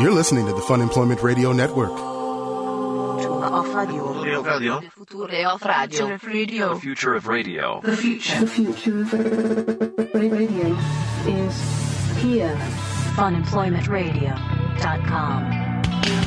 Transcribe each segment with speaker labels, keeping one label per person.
Speaker 1: You're listening to the Fun Employment Radio Network.
Speaker 2: Off radio.
Speaker 3: Future of radio.
Speaker 2: Future of radio.
Speaker 3: The future of radio.
Speaker 4: The future of radio is here.
Speaker 2: Funemploymentradio.com.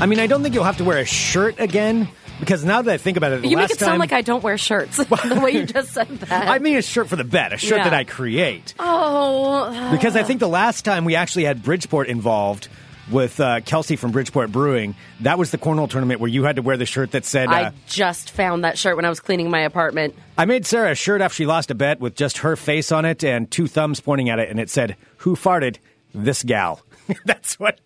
Speaker 5: I mean, I don't think you'll have to wear a shirt again because now that I think about it, the
Speaker 6: You
Speaker 5: last
Speaker 6: make it sound
Speaker 5: time,
Speaker 6: like I don't wear shirts. the way you just said that.
Speaker 5: I mean a shirt for the bed, a shirt
Speaker 6: Yeah.
Speaker 5: that I create.
Speaker 6: oh,
Speaker 5: Because I think the last time we actually had Bridgeport involved with uh, Kelsey from Bridgeport Brewing, that was the cornhole tournament where you had to wear the shirt that said. Uh,
Speaker 6: I just found that shirt when I was cleaning my apartment.
Speaker 5: I made Sarah a shirt after she lost a bet with just her face on it and two thumbs pointing at it, and it said, "Who farted? This gal." That's what.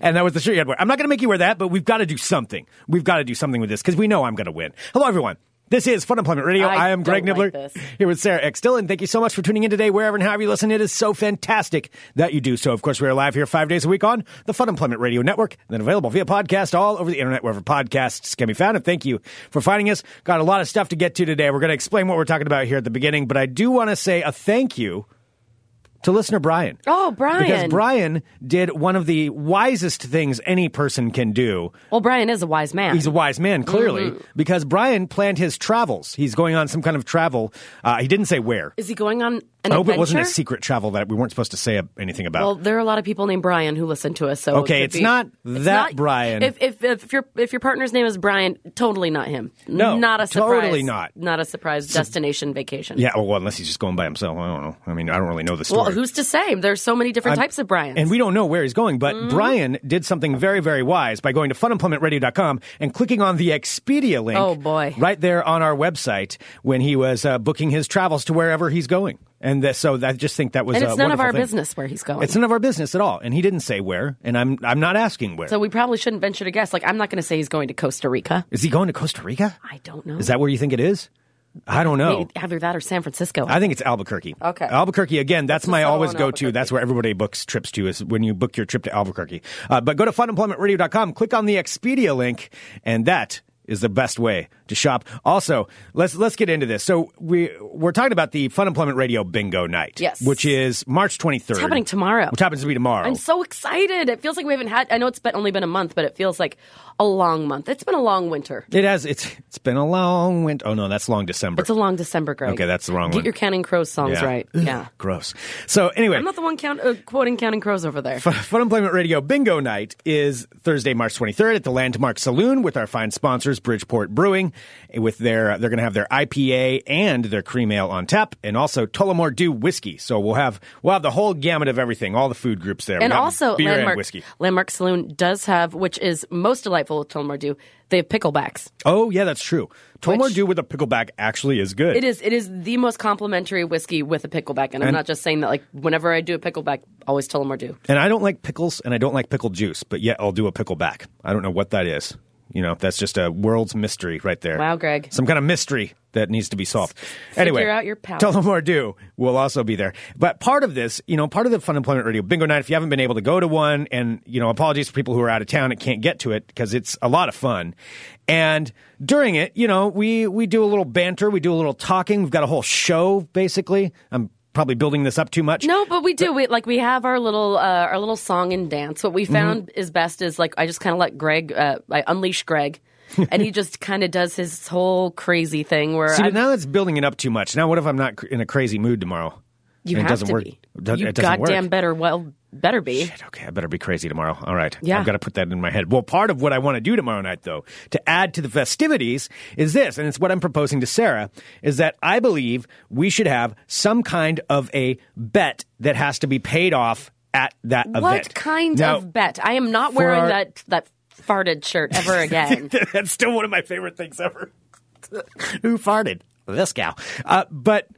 Speaker 5: And that was the shirt you had to wear. I'm not going to make you wear that, but we've got to do something. We've got to do something with this because we know I'm going to win. Hello, everyone. This is Fun Employment Radio. I,
Speaker 6: I
Speaker 5: am Greg
Speaker 6: don't
Speaker 5: Nibbler
Speaker 6: like this.
Speaker 5: here with Sarah X. Dillon. Thank you so much for tuning in today, wherever and however you listen. It is so fantastic that you do so. Of course, we are live here five days a week on the Fun Employment Radio Network, and then available via podcast all over the internet, wherever podcasts can be found. And thank you for finding us. Got a lot of stuff to get to today. We're going to explain what we're talking about here at the beginning, but I do want to say a thank you to listener Brian.
Speaker 6: Oh, Brian.
Speaker 5: Because Brian did one of the wisest things any person can do.
Speaker 6: Well, Brian is a wise man.
Speaker 5: He's a wise man, clearly,
Speaker 6: Mm-hmm.
Speaker 5: because Brian planned his travels. He's going on some kind of travel. Uh, he didn't say where.
Speaker 6: is he going on an
Speaker 5: I hope
Speaker 6: adventure?
Speaker 5: it wasn't a secret travel that we weren't supposed to say anything about.
Speaker 6: Well, there are a lot of people named Brian who listen to us. So it
Speaker 5: Okay,
Speaker 6: could
Speaker 5: it's
Speaker 6: be-
Speaker 5: not
Speaker 6: it's
Speaker 5: that
Speaker 6: not-
Speaker 5: Brian.
Speaker 6: If, if if your if your partner's name is Brian, totally not him.
Speaker 5: No,
Speaker 6: not a surprise.
Speaker 5: totally not.
Speaker 6: Not a surprise destination vacation.
Speaker 5: yeah, well, unless he's just going by himself. I don't know. I mean, I don't really know the story.
Speaker 6: Well, who's to say? There's so many different
Speaker 5: I'm-
Speaker 6: types of Brian.
Speaker 5: And we don't know where he's going, but
Speaker 6: Mm-hmm.
Speaker 5: Brian did something very, very wise by going to funemploymentradio.com and clicking on the Expedia link.
Speaker 6: Oh, boy.
Speaker 5: Right there on our website when he was uh, booking his travels to wherever he's going. And th- so I just think that was
Speaker 6: And
Speaker 5: a
Speaker 6: it's none of
Speaker 5: wonderful
Speaker 6: our
Speaker 5: thing.
Speaker 6: business where he's going.
Speaker 5: It's none of our business at all. And he didn't say where, and I'm, I'm not asking where. Is
Speaker 6: so we probably shouldn't venture to guess. Like, I'm not going to say he's going to Costa Rica.
Speaker 5: he going to Costa Rica?
Speaker 6: I don't know.
Speaker 5: Is that where you think it is? I don't know.
Speaker 6: Maybe either that or San Francisco?
Speaker 5: I think it's Albuquerque.
Speaker 6: Okay.
Speaker 5: Albuquerque, again, that's
Speaker 6: just
Speaker 5: my
Speaker 6: settle
Speaker 5: always
Speaker 6: on
Speaker 5: go to.
Speaker 6: Albuquerque.
Speaker 5: That's where everybody books trips to, is when you book your trip to Albuquerque. Uh, but go to funemploymentradio.com, click on the Expedia link, and that is the best way to shop. Also, let's let's get into this. So we we're talking about the Fun Employment Radio Bingo Night,
Speaker 6: Yes.
Speaker 5: which is March 23rd. It's
Speaker 6: happening tomorrow.
Speaker 5: Which happens to be tomorrow.
Speaker 6: I'm so excited. It feels like we haven't had. I know it's been only been a month, but it feels like a long month. It's been a long winter.
Speaker 5: it has it's it's been a long winter. Oh no, that's long December.
Speaker 6: It's a long December, Greg.
Speaker 5: Okay, that's the wrong
Speaker 6: Get
Speaker 5: one.
Speaker 6: your Counting Crows songs
Speaker 5: Yeah.
Speaker 6: right.
Speaker 5: Ugh,
Speaker 6: Yeah.
Speaker 5: Gross. So anyway,
Speaker 6: I'm not the one count, uh, quoting Counting Crows over there.
Speaker 5: Fun Employment Radio Bingo Night is Thursday, March 23rd at the Landmark Saloon with our fine sponsors, Bridgeport Brewing. eh, With their, uh, they're going to have their IPA and their cream ale on tap, and also Tullamore Dew whiskey. So we'll have we'll have the whole gamut of everything, all the food groups there, We
Speaker 6: and
Speaker 5: got
Speaker 6: also,
Speaker 5: beer
Speaker 6: Landmark,
Speaker 5: and whiskey.
Speaker 6: Landmark Saloon does have, which is most delightful with Tullamore Dew, they have picklebacks.
Speaker 5: Oh yeah, that's true. Tullamore
Speaker 6: Which-
Speaker 5: Dew with a pickleback actually is good.
Speaker 6: It is it is the most complimentary whiskey with a pickleback, and, I'm
Speaker 5: And-
Speaker 6: not just saying that. Like whenever I do a pickleback, always Tullamore Dew.
Speaker 5: And I don't like pickles, and I don't like pickle juice, but yet I'll do a pickleback. I don't know what that is. You know, that's just a world's mystery right there.
Speaker 6: Wow, Greg.
Speaker 5: Some kind of mystery that needs to be solved. anyway,
Speaker 6: out your palate.
Speaker 5: Tell them more do. We'll also be there. But part of this, you know, part of the Fun Employment Radio Bingo Night, if you haven't been able to go to one, and, you know, apologies for people who are out of town and can't get to it because it's a lot of fun. And during it, you know, we, we do a little banter, we do a little talking. We've got a whole show, basically. I'm probably building this up too much.
Speaker 6: No, but we do. we like we have our little uh, our little song and dance. What we
Speaker 5: Mm-hmm.
Speaker 6: found is best is like I just kind of let Greg, uh, I unleash Greg, and he just kind of does his whole crazy thing where
Speaker 5: See,
Speaker 6: I,
Speaker 5: but now that's building it up too much. Now, what if I'm not cr- in a crazy mood tomorrow?
Speaker 6: you
Speaker 5: And
Speaker 6: have
Speaker 5: it doesn't
Speaker 6: to
Speaker 5: work.
Speaker 6: be.
Speaker 5: It does-
Speaker 6: you
Speaker 5: it doesn't
Speaker 6: goddamn
Speaker 5: work.
Speaker 6: better well better be.
Speaker 5: Shit, okay, I better be crazy tomorrow. All right.
Speaker 6: Yeah.
Speaker 5: I've got to put that in my head. Well, part of what I want to do tomorrow night, though, to add to the festivities is this, and it's what I'm proposing to Sarah, is that I believe we should have some kind of a bet that has to be paid off at that event.
Speaker 6: What kind
Speaker 5: Now,
Speaker 6: of bet? I am not
Speaker 5: for
Speaker 6: wearing
Speaker 5: our-
Speaker 6: that that farted shirt ever again.
Speaker 5: That's still one of my favorite things ever. Who farted? This gal. Uh, but.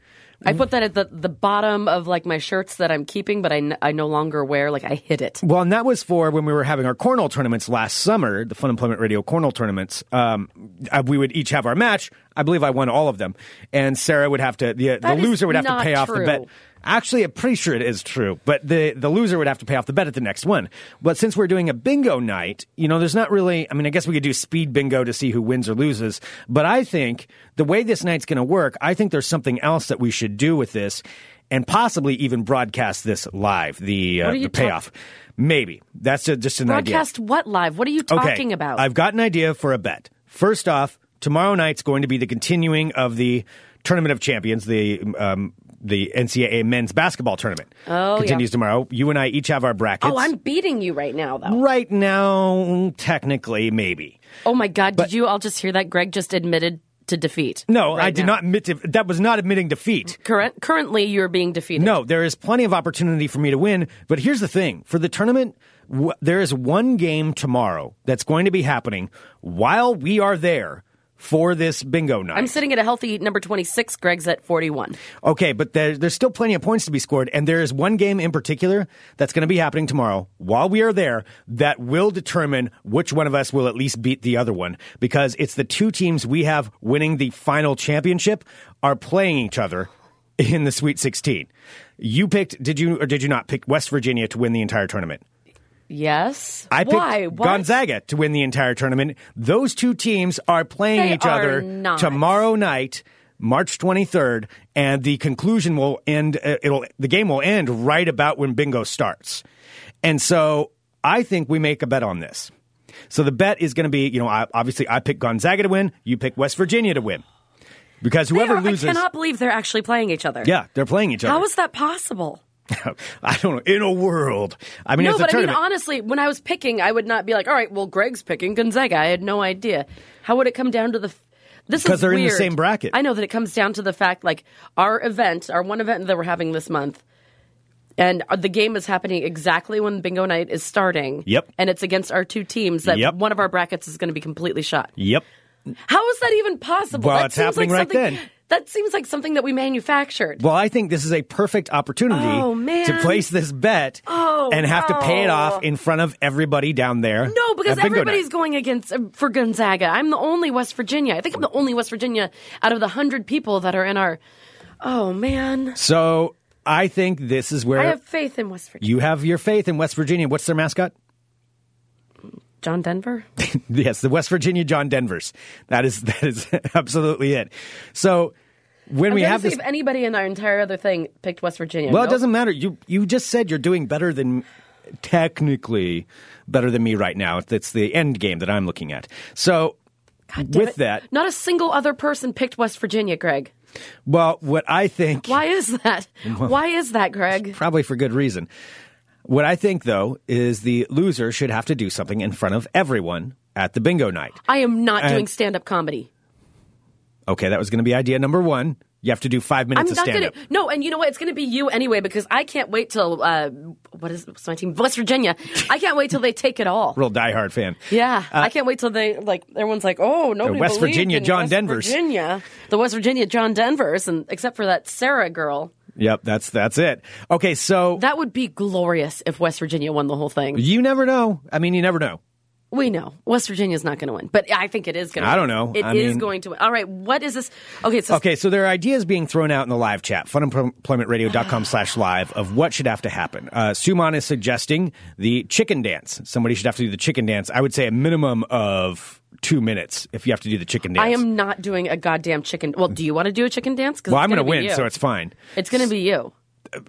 Speaker 6: I put that at the, the bottom of like my shirts that I'm keeping, but I, n- I no longer wear. Like I hid it.
Speaker 5: Well, and that was for when we were having our cornhole tournaments last summer, the Fun Employment Radio cornhole tournaments. Um, uh, we would each have our match. I believe I won all of them, and Sarah would have to the, uh, the
Speaker 6: That is
Speaker 5: loser would have to
Speaker 6: not
Speaker 5: pay off the
Speaker 6: true.
Speaker 5: bet. Actually, I'm pretty sure it is true, but the the loser would have to pay off the bet at the next one. But since we're doing a bingo night, you know, there's not really. I mean, I guess we could do speed bingo to see who wins or loses. But I think the way this night's going to work, I think there's something else that we should do with this. and possibly even broadcast this live. The uh,
Speaker 6: What are you
Speaker 5: the payoff, maybe that's a, just an idea.
Speaker 6: Broadcast what live? What are you talking
Speaker 5: okay,
Speaker 6: about?
Speaker 5: I've got an idea for a bet. First off, tomorrow night's going to be the continuing of the Tournament of Champions, the um, the NCAA men's basketball tournament.
Speaker 6: Oh, yeah.
Speaker 5: continues tomorrow. You and I each have our brackets.
Speaker 6: oh, I'm beating you right now, though.
Speaker 5: right now. Technically, maybe.
Speaker 6: Oh my God! did you all just hear that? Greg just admitted to defeat.
Speaker 5: No,
Speaker 6: right
Speaker 5: I did
Speaker 6: now.
Speaker 5: not admit to, that was not admitting defeat.
Speaker 6: Current, currently, you're being defeated.
Speaker 5: No, there is plenty of opportunity for me to win. But here's the thing for the tournament, w- there is one game tomorrow that's going to be happening while we are there for this bingo night.
Speaker 6: I'm sitting at a healthy number 26. Greg's at 41.
Speaker 5: okay, but there, there's still plenty of points to be scored. And there is one game in particular that's going to be happening tomorrow while we are there that will determine which one of us will at least beat the other one because it's the two teams we have winning the final championship are playing each other in the Sweet 16. You picked, did you or did you not pick West Virginia to win the entire tournament?
Speaker 6: Yes.
Speaker 5: I picked
Speaker 6: Why? What?
Speaker 5: Gonzaga to win the entire tournament. Those two teams are playing
Speaker 6: They
Speaker 5: each
Speaker 6: are
Speaker 5: other
Speaker 6: not.
Speaker 5: tomorrow night, March 23rd, and the conclusion will end. uh, It'll the game will end right about when bingo starts, and so I think we make a bet on this. So the bet is going to be, you know, I, obviously I pick Gonzaga to win, you pick West Virginia to win, because
Speaker 6: They
Speaker 5: whoever
Speaker 6: are-
Speaker 5: loses,
Speaker 6: I cannot believe they're actually playing each other.
Speaker 5: yeah, they're playing each other.
Speaker 6: How is that possible?
Speaker 5: I don't know. In a world, I mean,
Speaker 6: no,
Speaker 5: it's a
Speaker 6: but I mean,
Speaker 5: tournament.
Speaker 6: honestly, when I was picking, I would not be like, all right, well, Greg's picking Gonzaga. I had no idea. How would it come down to the. f- This is
Speaker 5: 'Cause they're in the
Speaker 6: weird.
Speaker 5: same bracket.
Speaker 6: I know that it comes down to the fact, like, our event, our one event that we're having this month, and uh, the game is happening exactly when bingo night is starting.
Speaker 5: Yep.
Speaker 6: And it's against our two teams that
Speaker 5: Yep.
Speaker 6: one of our brackets is going to be completely shot.
Speaker 5: yep.
Speaker 6: How is that even possible?
Speaker 5: Well,
Speaker 6: that
Speaker 5: it's
Speaker 6: seems
Speaker 5: happening
Speaker 6: like
Speaker 5: right
Speaker 6: something-
Speaker 5: then.
Speaker 6: That seems like something that we manufactured.
Speaker 5: Well, I think this is a perfect opportunity
Speaker 6: Oh, man.
Speaker 5: to place this bet
Speaker 6: Oh,
Speaker 5: and have to pay it
Speaker 6: no.
Speaker 5: off in front of everybody down there.
Speaker 6: No, because
Speaker 5: at bingo
Speaker 6: everybody's
Speaker 5: night.
Speaker 6: going against uh, for Gonzaga. I'm the only West Virginia. I think I'm the only West Virginia out of the hundred people that are in our. Oh man,
Speaker 5: So I think this is where
Speaker 6: I have faith in West Virginia.
Speaker 5: you have your faith in West Virginia. What's their mascot?
Speaker 6: John Denver.
Speaker 5: Yes, the West Virginia John Denvers. That is that is absolutely it. So when
Speaker 6: I'm
Speaker 5: we
Speaker 6: trying
Speaker 5: have
Speaker 6: to
Speaker 5: this,
Speaker 6: see if anybody in our entire other thing picked West Virginia.
Speaker 5: well,
Speaker 6: Nope.
Speaker 5: it doesn't matter. You you just said you're doing better than technically better than me right now. That's the end game that I'm looking at. So
Speaker 6: Damn
Speaker 5: with
Speaker 6: it.
Speaker 5: that,
Speaker 6: Not a single other person picked West Virginia, Greg.
Speaker 5: well, what I think
Speaker 6: Why is that? Why is that, Greg?
Speaker 5: probably for good reason. What I think, though, is the loser should have to do something in front of everyone at the bingo night.
Speaker 6: I am not
Speaker 5: And-
Speaker 6: doing stand-up comedy.
Speaker 5: Okay, that was going to be idea number one. You have to do five minutes
Speaker 6: I'm
Speaker 5: of
Speaker 6: not
Speaker 5: stand
Speaker 6: gonna.
Speaker 5: up.
Speaker 6: No, and you know what? It's gonna be you anyway because I can't wait till uh, what is what's my team? West Virginia. I can't wait till they take it all.
Speaker 5: Real diehard fan.
Speaker 6: Yeah, I can't wait till they like everyone's like, oh, nobody.
Speaker 5: Uh, West
Speaker 6: believed
Speaker 5: Virginia
Speaker 6: in
Speaker 5: John
Speaker 6: West
Speaker 5: Denvers.
Speaker 6: Virginia, the West Virginia John Denvers, and except for that Sarah girl,
Speaker 5: Yep, that's that's it. Okay, so
Speaker 6: that would be glorious if West Virginia won the whole thing.
Speaker 5: you never know. I mean, you never know.
Speaker 6: We know West Virginia's not going to win, but I think it is going. to
Speaker 5: I don't know.
Speaker 6: It is
Speaker 5: I mean-
Speaker 6: going to win. All right, what is this? Okay, so
Speaker 5: Okay, so there are ideas being thrown out in the live chat, funemploymentradio.com slash live, of what should have to happen. Uh, Suman is suggesting the chicken dance. Somebody should have to do the chicken dance. I would say a minimum of two minutes if you have to do the chicken dance.
Speaker 6: I am not doing a goddamn chicken. Well, do you want to do a chicken dance? 'Cause
Speaker 5: Well,
Speaker 6: it's
Speaker 5: I'm going to
Speaker 6: gonna be
Speaker 5: win,
Speaker 6: you.
Speaker 5: so it's fine.
Speaker 6: it's going to be you.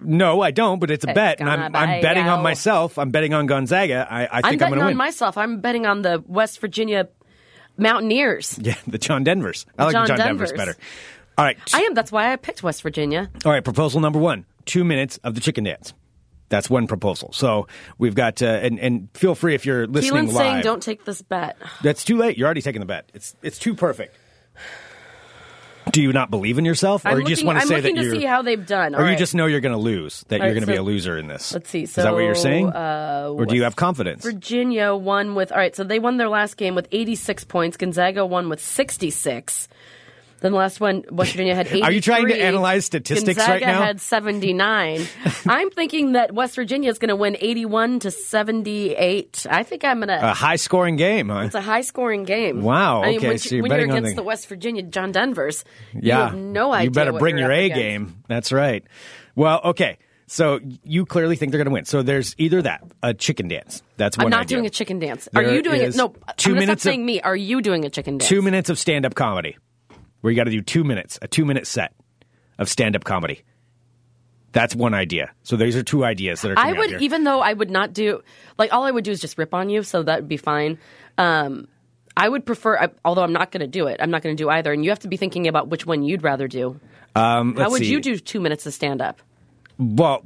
Speaker 5: No, I don't, but it's a bet, and I'm,
Speaker 6: gonna
Speaker 5: I'm
Speaker 6: be
Speaker 5: betting on
Speaker 6: you.
Speaker 5: myself. I'm betting on Gonzaga. I, I
Speaker 6: I'm
Speaker 5: think I'm,
Speaker 6: betting
Speaker 5: going to
Speaker 6: on
Speaker 5: win.
Speaker 6: myself. I'm betting on the West Virginia Mountaineers.
Speaker 5: yeah, the John Denvers. I like
Speaker 6: John
Speaker 5: the John Denvers,
Speaker 6: Denvers.
Speaker 5: better. All right, t-
Speaker 6: I am. That's why I picked West Virginia.
Speaker 5: all right. Proposal number one: two minutes of the chicken dance. That's one proposal. So we've got, uh, and and feel free if you're listening
Speaker 6: Keelan's
Speaker 5: live.
Speaker 6: saying, "Don't take this bet."
Speaker 5: That's too late. You're already taking the bet. It's it's too perfect. Do you not believe in yourself, or
Speaker 6: I'm
Speaker 5: you just
Speaker 6: looking-
Speaker 5: want
Speaker 6: I'm
Speaker 5: say
Speaker 6: looking
Speaker 5: that
Speaker 6: to
Speaker 5: you?
Speaker 6: see how they've done.
Speaker 5: or
Speaker 6: All
Speaker 5: you
Speaker 6: right.
Speaker 5: just know you're going to lose, that
Speaker 6: All
Speaker 5: you're
Speaker 6: right,
Speaker 5: going to be
Speaker 6: so-
Speaker 5: a loser in this.
Speaker 6: Let's see.
Speaker 5: is that what you're
Speaker 6: So,
Speaker 5: saying,
Speaker 6: uh,
Speaker 5: or do you have confidence?
Speaker 6: Virginia won with all right. So they won their last game with 86 points. Gonzaga won with 66. Then the last one, West Virginia had 83.
Speaker 5: Are you trying to analyze statistics
Speaker 6: Gonzaga
Speaker 5: right now?
Speaker 6: had 79. I'm thinking that West Virginia is going to win 81 to 78. I think I'm going to.
Speaker 5: A high scoring game, huh?
Speaker 6: It's a high scoring game.
Speaker 5: Wow,
Speaker 6: I mean,
Speaker 5: okay,
Speaker 6: When,
Speaker 5: so you're
Speaker 6: when you're
Speaker 5: betting on
Speaker 6: against
Speaker 5: the-
Speaker 6: the West Virginia John Denvers,
Speaker 5: yeah.
Speaker 6: you have no idea.
Speaker 5: You better
Speaker 6: what
Speaker 5: bring
Speaker 6: you're
Speaker 5: your A
Speaker 6: up against.
Speaker 5: game. That's right. Well, okay. So you clearly think they're going to win. So there's either that, a chicken dance. That's one
Speaker 6: I'm not
Speaker 5: idea.
Speaker 6: doing a chicken dance.
Speaker 5: There
Speaker 6: Are you doing
Speaker 5: is
Speaker 6: it? No,
Speaker 5: two
Speaker 6: I'm gonna
Speaker 5: minutes of-
Speaker 6: stop saying me. Are you doing a chicken dance?
Speaker 5: Two minutes of stand up comedy where you got to do two minutes, a two minute set of stand up comedy. That's one idea. So these are two ideas that are.
Speaker 6: I
Speaker 5: Coming out
Speaker 6: would,
Speaker 5: here.
Speaker 6: even though I would not do, like, all I would do is just rip on you, so that would be fine. Um, I would prefer, I, although I'm not going to do it, I'm not going to do either. And you have to be thinking about which one you'd rather do.
Speaker 5: Um,
Speaker 6: How
Speaker 5: let's
Speaker 6: would
Speaker 5: see.
Speaker 6: you do two minutes of stand up?
Speaker 5: Well,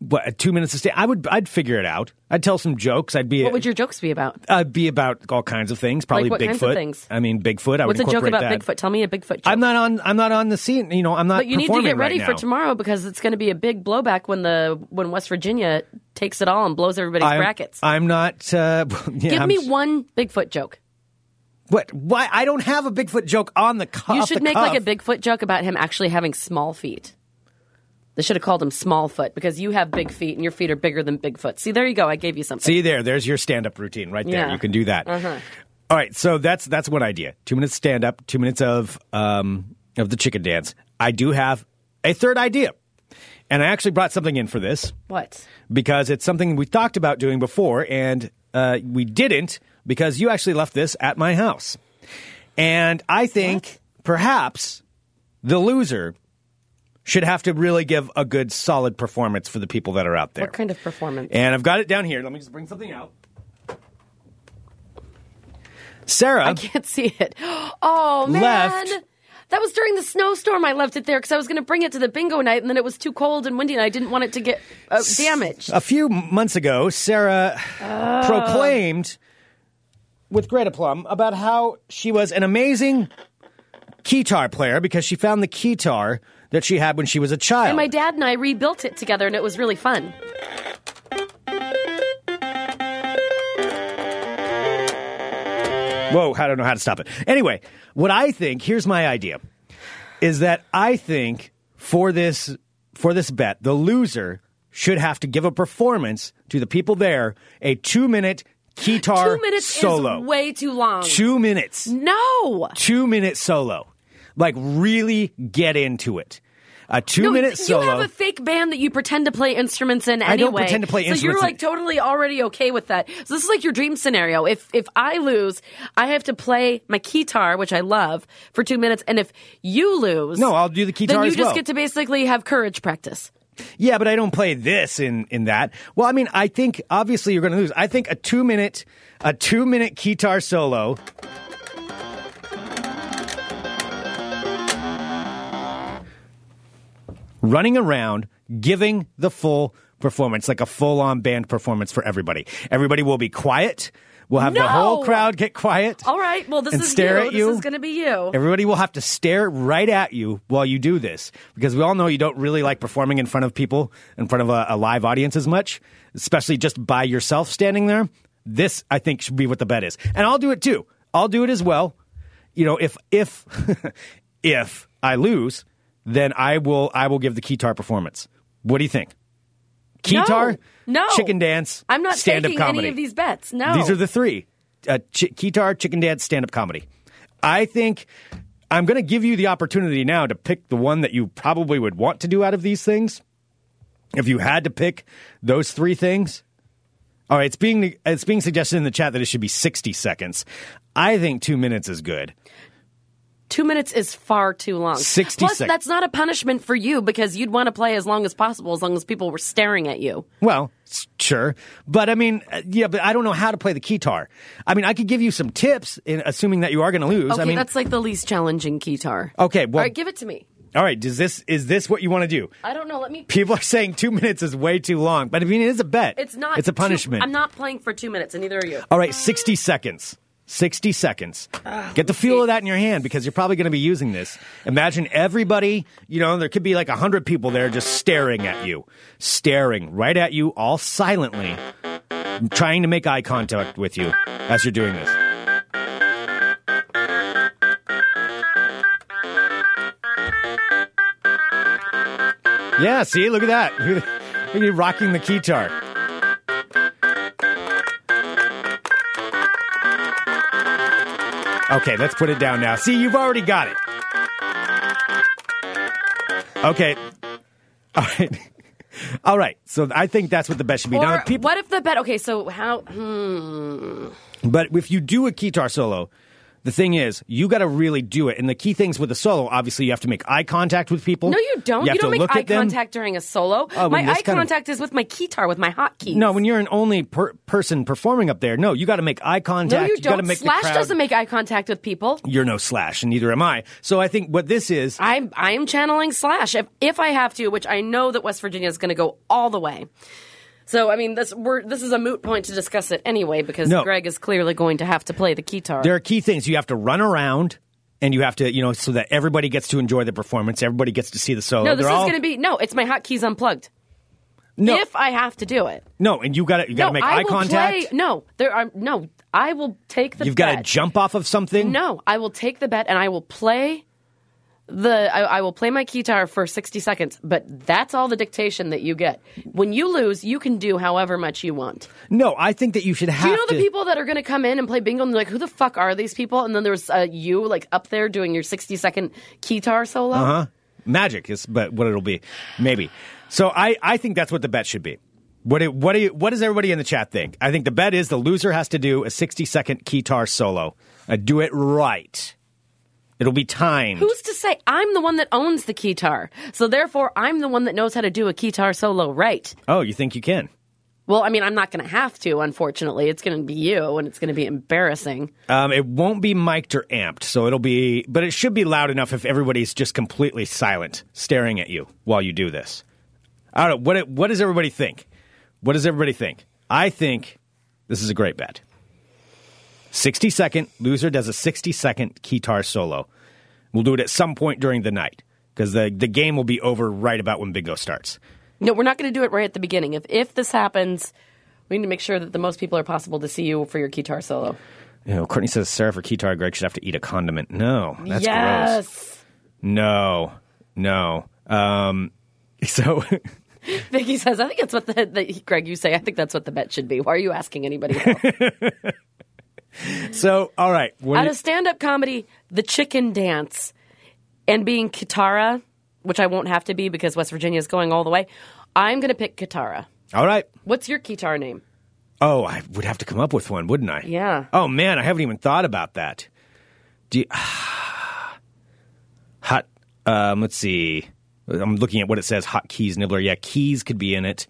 Speaker 5: what, uh, two minutes to stay. I would. I'd figure it out. I'd tell some jokes. I'd be.
Speaker 6: What would your jokes be about?
Speaker 5: I'd be about all kinds of things. Probably
Speaker 6: Like what
Speaker 5: Bigfoot.
Speaker 6: kinds of things?
Speaker 5: I mean, Bigfoot. I
Speaker 6: What's a
Speaker 5: would
Speaker 6: joke
Speaker 5: incorporate that.
Speaker 6: about Bigfoot? Tell me a Bigfoot joke.
Speaker 5: I'm not on. I'm not on the scene. You know, I'm not.
Speaker 6: but you need to
Speaker 5: performing
Speaker 6: get ready
Speaker 5: right
Speaker 6: for
Speaker 5: now.
Speaker 6: tomorrow because it's going to be a big blowback when the when West Virginia takes it all and blows everybody's
Speaker 5: I'm,
Speaker 6: brackets.
Speaker 5: I'm not. Uh, yeah,
Speaker 6: Give
Speaker 5: I'm-
Speaker 6: me one Bigfoot joke.
Speaker 5: What? Why? I don't have a Bigfoot joke on the. Cu-
Speaker 6: You
Speaker 5: off
Speaker 6: should
Speaker 5: the
Speaker 6: make like a
Speaker 5: cuff.
Speaker 6: Bigfoot joke about him actually having small feet. They should have called him Smallfoot because you have big feet and your feet are bigger than Bigfoot. See, there you go. I gave you something.
Speaker 5: See there. There's your stand-up routine right there.
Speaker 6: Yeah.
Speaker 5: You can do that.
Speaker 6: Uh-huh.
Speaker 5: All right. So that's that's one idea. Two minutes stand-up. Two minutes of um of the chicken dance. I do have a third idea, and I actually brought something in for this.
Speaker 6: What?
Speaker 5: because it's something we talked about doing before, and uh, we didn't because you actually left this at my house. And I think perhaps the loser should have to really give a good, solid performance for the people that are out there.
Speaker 6: What kind of performance?
Speaker 5: and I've got it down here. Let me just bring something out. Sarah,
Speaker 6: I can't see it. Oh man.
Speaker 5: Left.
Speaker 6: That was during the snowstorm. I left it there because I was going to bring it to the bingo night, and then it was too cold and windy, and I didn't want it to get uh, damaged.
Speaker 5: a few months ago, Sarah
Speaker 6: Oh.
Speaker 5: proclaimed with great aplomb about how she was an amazing guitar player because she found the guitar that she had when she was a child.
Speaker 6: And my dad and I rebuilt it together, and it was really fun.
Speaker 5: Whoa, I don't know how to stop it. Anyway, what I think, here's my idea, is that I think for this for this bet, the loser should have to give a performance to the people there, a 2-minute guitar
Speaker 6: Two minutes
Speaker 5: solo.
Speaker 6: is way too long.
Speaker 5: 2 minutes.
Speaker 6: no,
Speaker 5: two minute solo. Like really get into it. A two
Speaker 6: no,
Speaker 5: minute
Speaker 6: you
Speaker 5: solo.
Speaker 6: have a fake band that you pretend to play instruments in. Anyway,
Speaker 5: I don't pretend to play
Speaker 6: So you're
Speaker 5: instruments in-
Speaker 6: like totally already okay with that. So this is like your dream scenario. If if I lose, I have to play my guitar, which I love, for two minutes, and if you lose,
Speaker 5: No, I'll do the guitar
Speaker 6: Then you
Speaker 5: as
Speaker 6: just
Speaker 5: well.
Speaker 6: get to basically have courage practice.
Speaker 5: yeah, but I don't play this in in that. Well, I mean, I think obviously you're going to lose. I think a two minute a two minute guitar solo. Running around, giving the full performance, like a full on band performance for everybody. Everybody will be quiet. We'll have the
Speaker 6: No! Oh,
Speaker 5: whole crowd get quiet.
Speaker 6: All right. Well, this
Speaker 5: And
Speaker 6: is
Speaker 5: stare
Speaker 6: you.
Speaker 5: at
Speaker 6: this
Speaker 5: you?
Speaker 6: is going to be you.
Speaker 5: Everybody will have to stare right at you while you do this because we all know you don't really like performing in front of people, in front of a, a live audience as much, especially just by yourself standing there. This, I think, should be what the bet is. And I'll do it too. I'll do it as well. You know, if, if, if I lose, then I will, I will give the guitar performance. What do you think? Guitar,
Speaker 6: No.
Speaker 5: chicken dance,
Speaker 6: I'm not
Speaker 5: stand up
Speaker 6: taking
Speaker 5: comedy.
Speaker 6: any of these bets. No.
Speaker 5: These are the three: uh, ch- guitar, chicken dance, stand-up comedy. I think I'm going to give you the opportunity now to pick the one that you probably would want to do out of these things. If you had to pick those three things, all right. It's being it's being suggested in the chat that it should be 60 seconds. I think two minutes is good.
Speaker 6: Two minutes is far too long.
Speaker 5: 60
Speaker 6: Plus,
Speaker 5: sec-
Speaker 6: that's not a punishment for you because you'd want to play as long as possible, as long as people were staring at you.
Speaker 5: Well, s- sure, but I mean, uh, yeah, but I don't know how to play the guitar. I mean, I could give you some tips, in, assuming that you are going to lose.
Speaker 6: Okay,
Speaker 5: I mean,
Speaker 6: that's like the least challenging guitar.
Speaker 5: okay. Well,
Speaker 6: All right, give it to me.
Speaker 5: all right. Does this is this what you want to do?
Speaker 6: I don't know. Let me.
Speaker 5: people are saying two minutes is way too long, but I mean, it is a bet.
Speaker 6: It's not.
Speaker 5: It's a
Speaker 6: two-
Speaker 5: punishment.
Speaker 6: I'm not playing for two minutes, and neither are you.
Speaker 5: All right, 60 seconds. 60 seconds.
Speaker 6: Ah,
Speaker 5: Get the feel of that in your hand because you're probably going to be using this. Imagine everybody, you know, there could be like 100 people there just staring at you, staring right at you, all silently, trying to make eye contact with you as you're doing this. Yeah, see, look at that. Look at you rocking the guitar. Okay, let's put it down now. See, you've already got it. Okay. All right. All right. So I think that's what the best should be. Now,
Speaker 6: Or
Speaker 5: if people,
Speaker 6: what if the bet? Okay, so how? Hmm,
Speaker 5: But if you do a guitar solo, The thing is, you got to really do it. And the key things with a solo, obviously, you have to make eye contact with people.
Speaker 6: No, you don't. You,
Speaker 5: have to
Speaker 6: don't make
Speaker 5: look
Speaker 6: eye
Speaker 5: at them.
Speaker 6: contact during a solo.
Speaker 5: Oh, when
Speaker 6: my
Speaker 5: this
Speaker 6: eye
Speaker 5: kind of-
Speaker 6: contact is with my guitar, with my hotkeys.
Speaker 5: No, when you're an only per- person performing up there, no, you got to make eye contact.
Speaker 6: no, you
Speaker 5: got
Speaker 6: don't.
Speaker 5: to make
Speaker 6: Slash
Speaker 5: the crowd.
Speaker 6: doesn't make eye contact with people.
Speaker 5: You're no slash, and neither am I. So I think what this is,
Speaker 6: I'm I am channeling Slash if if I have to, which I know that West Virginia is going to go all the way. So I mean, this we're this is a moot point to discuss it anyway because
Speaker 5: No.
Speaker 6: Greg is clearly going to have to play the guitar.
Speaker 5: there are key things you have to run around, and you have to, you know, so that everybody gets to enjoy the performance. Everybody gets to see the solo.
Speaker 6: no, this
Speaker 5: They're
Speaker 6: is
Speaker 5: all-
Speaker 6: going to be no. It's my hotkeys unplugged.
Speaker 5: no,
Speaker 6: If I have to do it,
Speaker 5: no, and you got to you got to
Speaker 6: no,
Speaker 5: make
Speaker 6: I
Speaker 5: eye
Speaker 6: will
Speaker 5: contact.
Speaker 6: Play, no, there are no. I will take the.
Speaker 5: You've got to
Speaker 6: bet.
Speaker 5: jump off of something.
Speaker 6: No, I will take the bet and I will play the I, I will play my guitar for 60 seconds, but that's all the dictation that you get. When you lose, you can do however much you want.
Speaker 5: No, I think that you should have
Speaker 6: Do you know
Speaker 5: to.
Speaker 6: the people that are going to come in and play bingo and they're like, who the fuck are these people? And then there's uh, you like up there doing your 60 second guitar solo.
Speaker 5: Huh? Magic is but what it'll be, maybe. So I, I think that's what the bet should be. What it, what do you, what does everybody in the chat think? I think the bet is the loser has to do a sixty second guitar solo. Uh, do it right. It'll be timed.
Speaker 6: Who's to say I'm the one that owns the guitar? So therefore, I'm the one that knows how to do a guitar solo right.
Speaker 5: oh, you think you can?
Speaker 6: Well, I mean, I'm not going to have to, unfortunately. It's going to be you and it's going to be embarrassing.
Speaker 5: Um, it won't be mic'd or amped, so it'll be, but it should be loud enough if everybody's just completely silent, staring at you while you do this. I don't know what. It, what does everybody think? What does everybody think? I think this is a great bet. Sixty second loser does a sixty second guitar solo. We'll do it at some point during the night because the the game will be over right about when bingo starts.
Speaker 6: No, we're not going to do it right at the beginning. If if this happens, we need to make sure that the most people are possible to see you for your guitar solo.
Speaker 5: You know, Courtney says Sarah for guitar, Greg should have to eat a condiment. No, that's gross.
Speaker 6: yes.
Speaker 5: No, no. Um, so
Speaker 6: Vicky says, I think that's what the, the Greg you say. I think that's what the bet should be. Why are you asking anybody? else?
Speaker 5: so all right. What do
Speaker 6: Out
Speaker 5: you-
Speaker 6: of stand up comedy, the chicken dance, and being Katara, which I won't have to be because West Virginia is going all the way. I'm going to pick Katara.
Speaker 5: all right.
Speaker 6: What's your guitar name?
Speaker 5: Oh, I would have to come up with one, wouldn't I?
Speaker 6: Yeah.
Speaker 5: Oh man, I haven't even thought about that. Do you, hot? Um, let's see. I'm looking at what it says. Hot keys nibbler. Yeah, keys could be in it.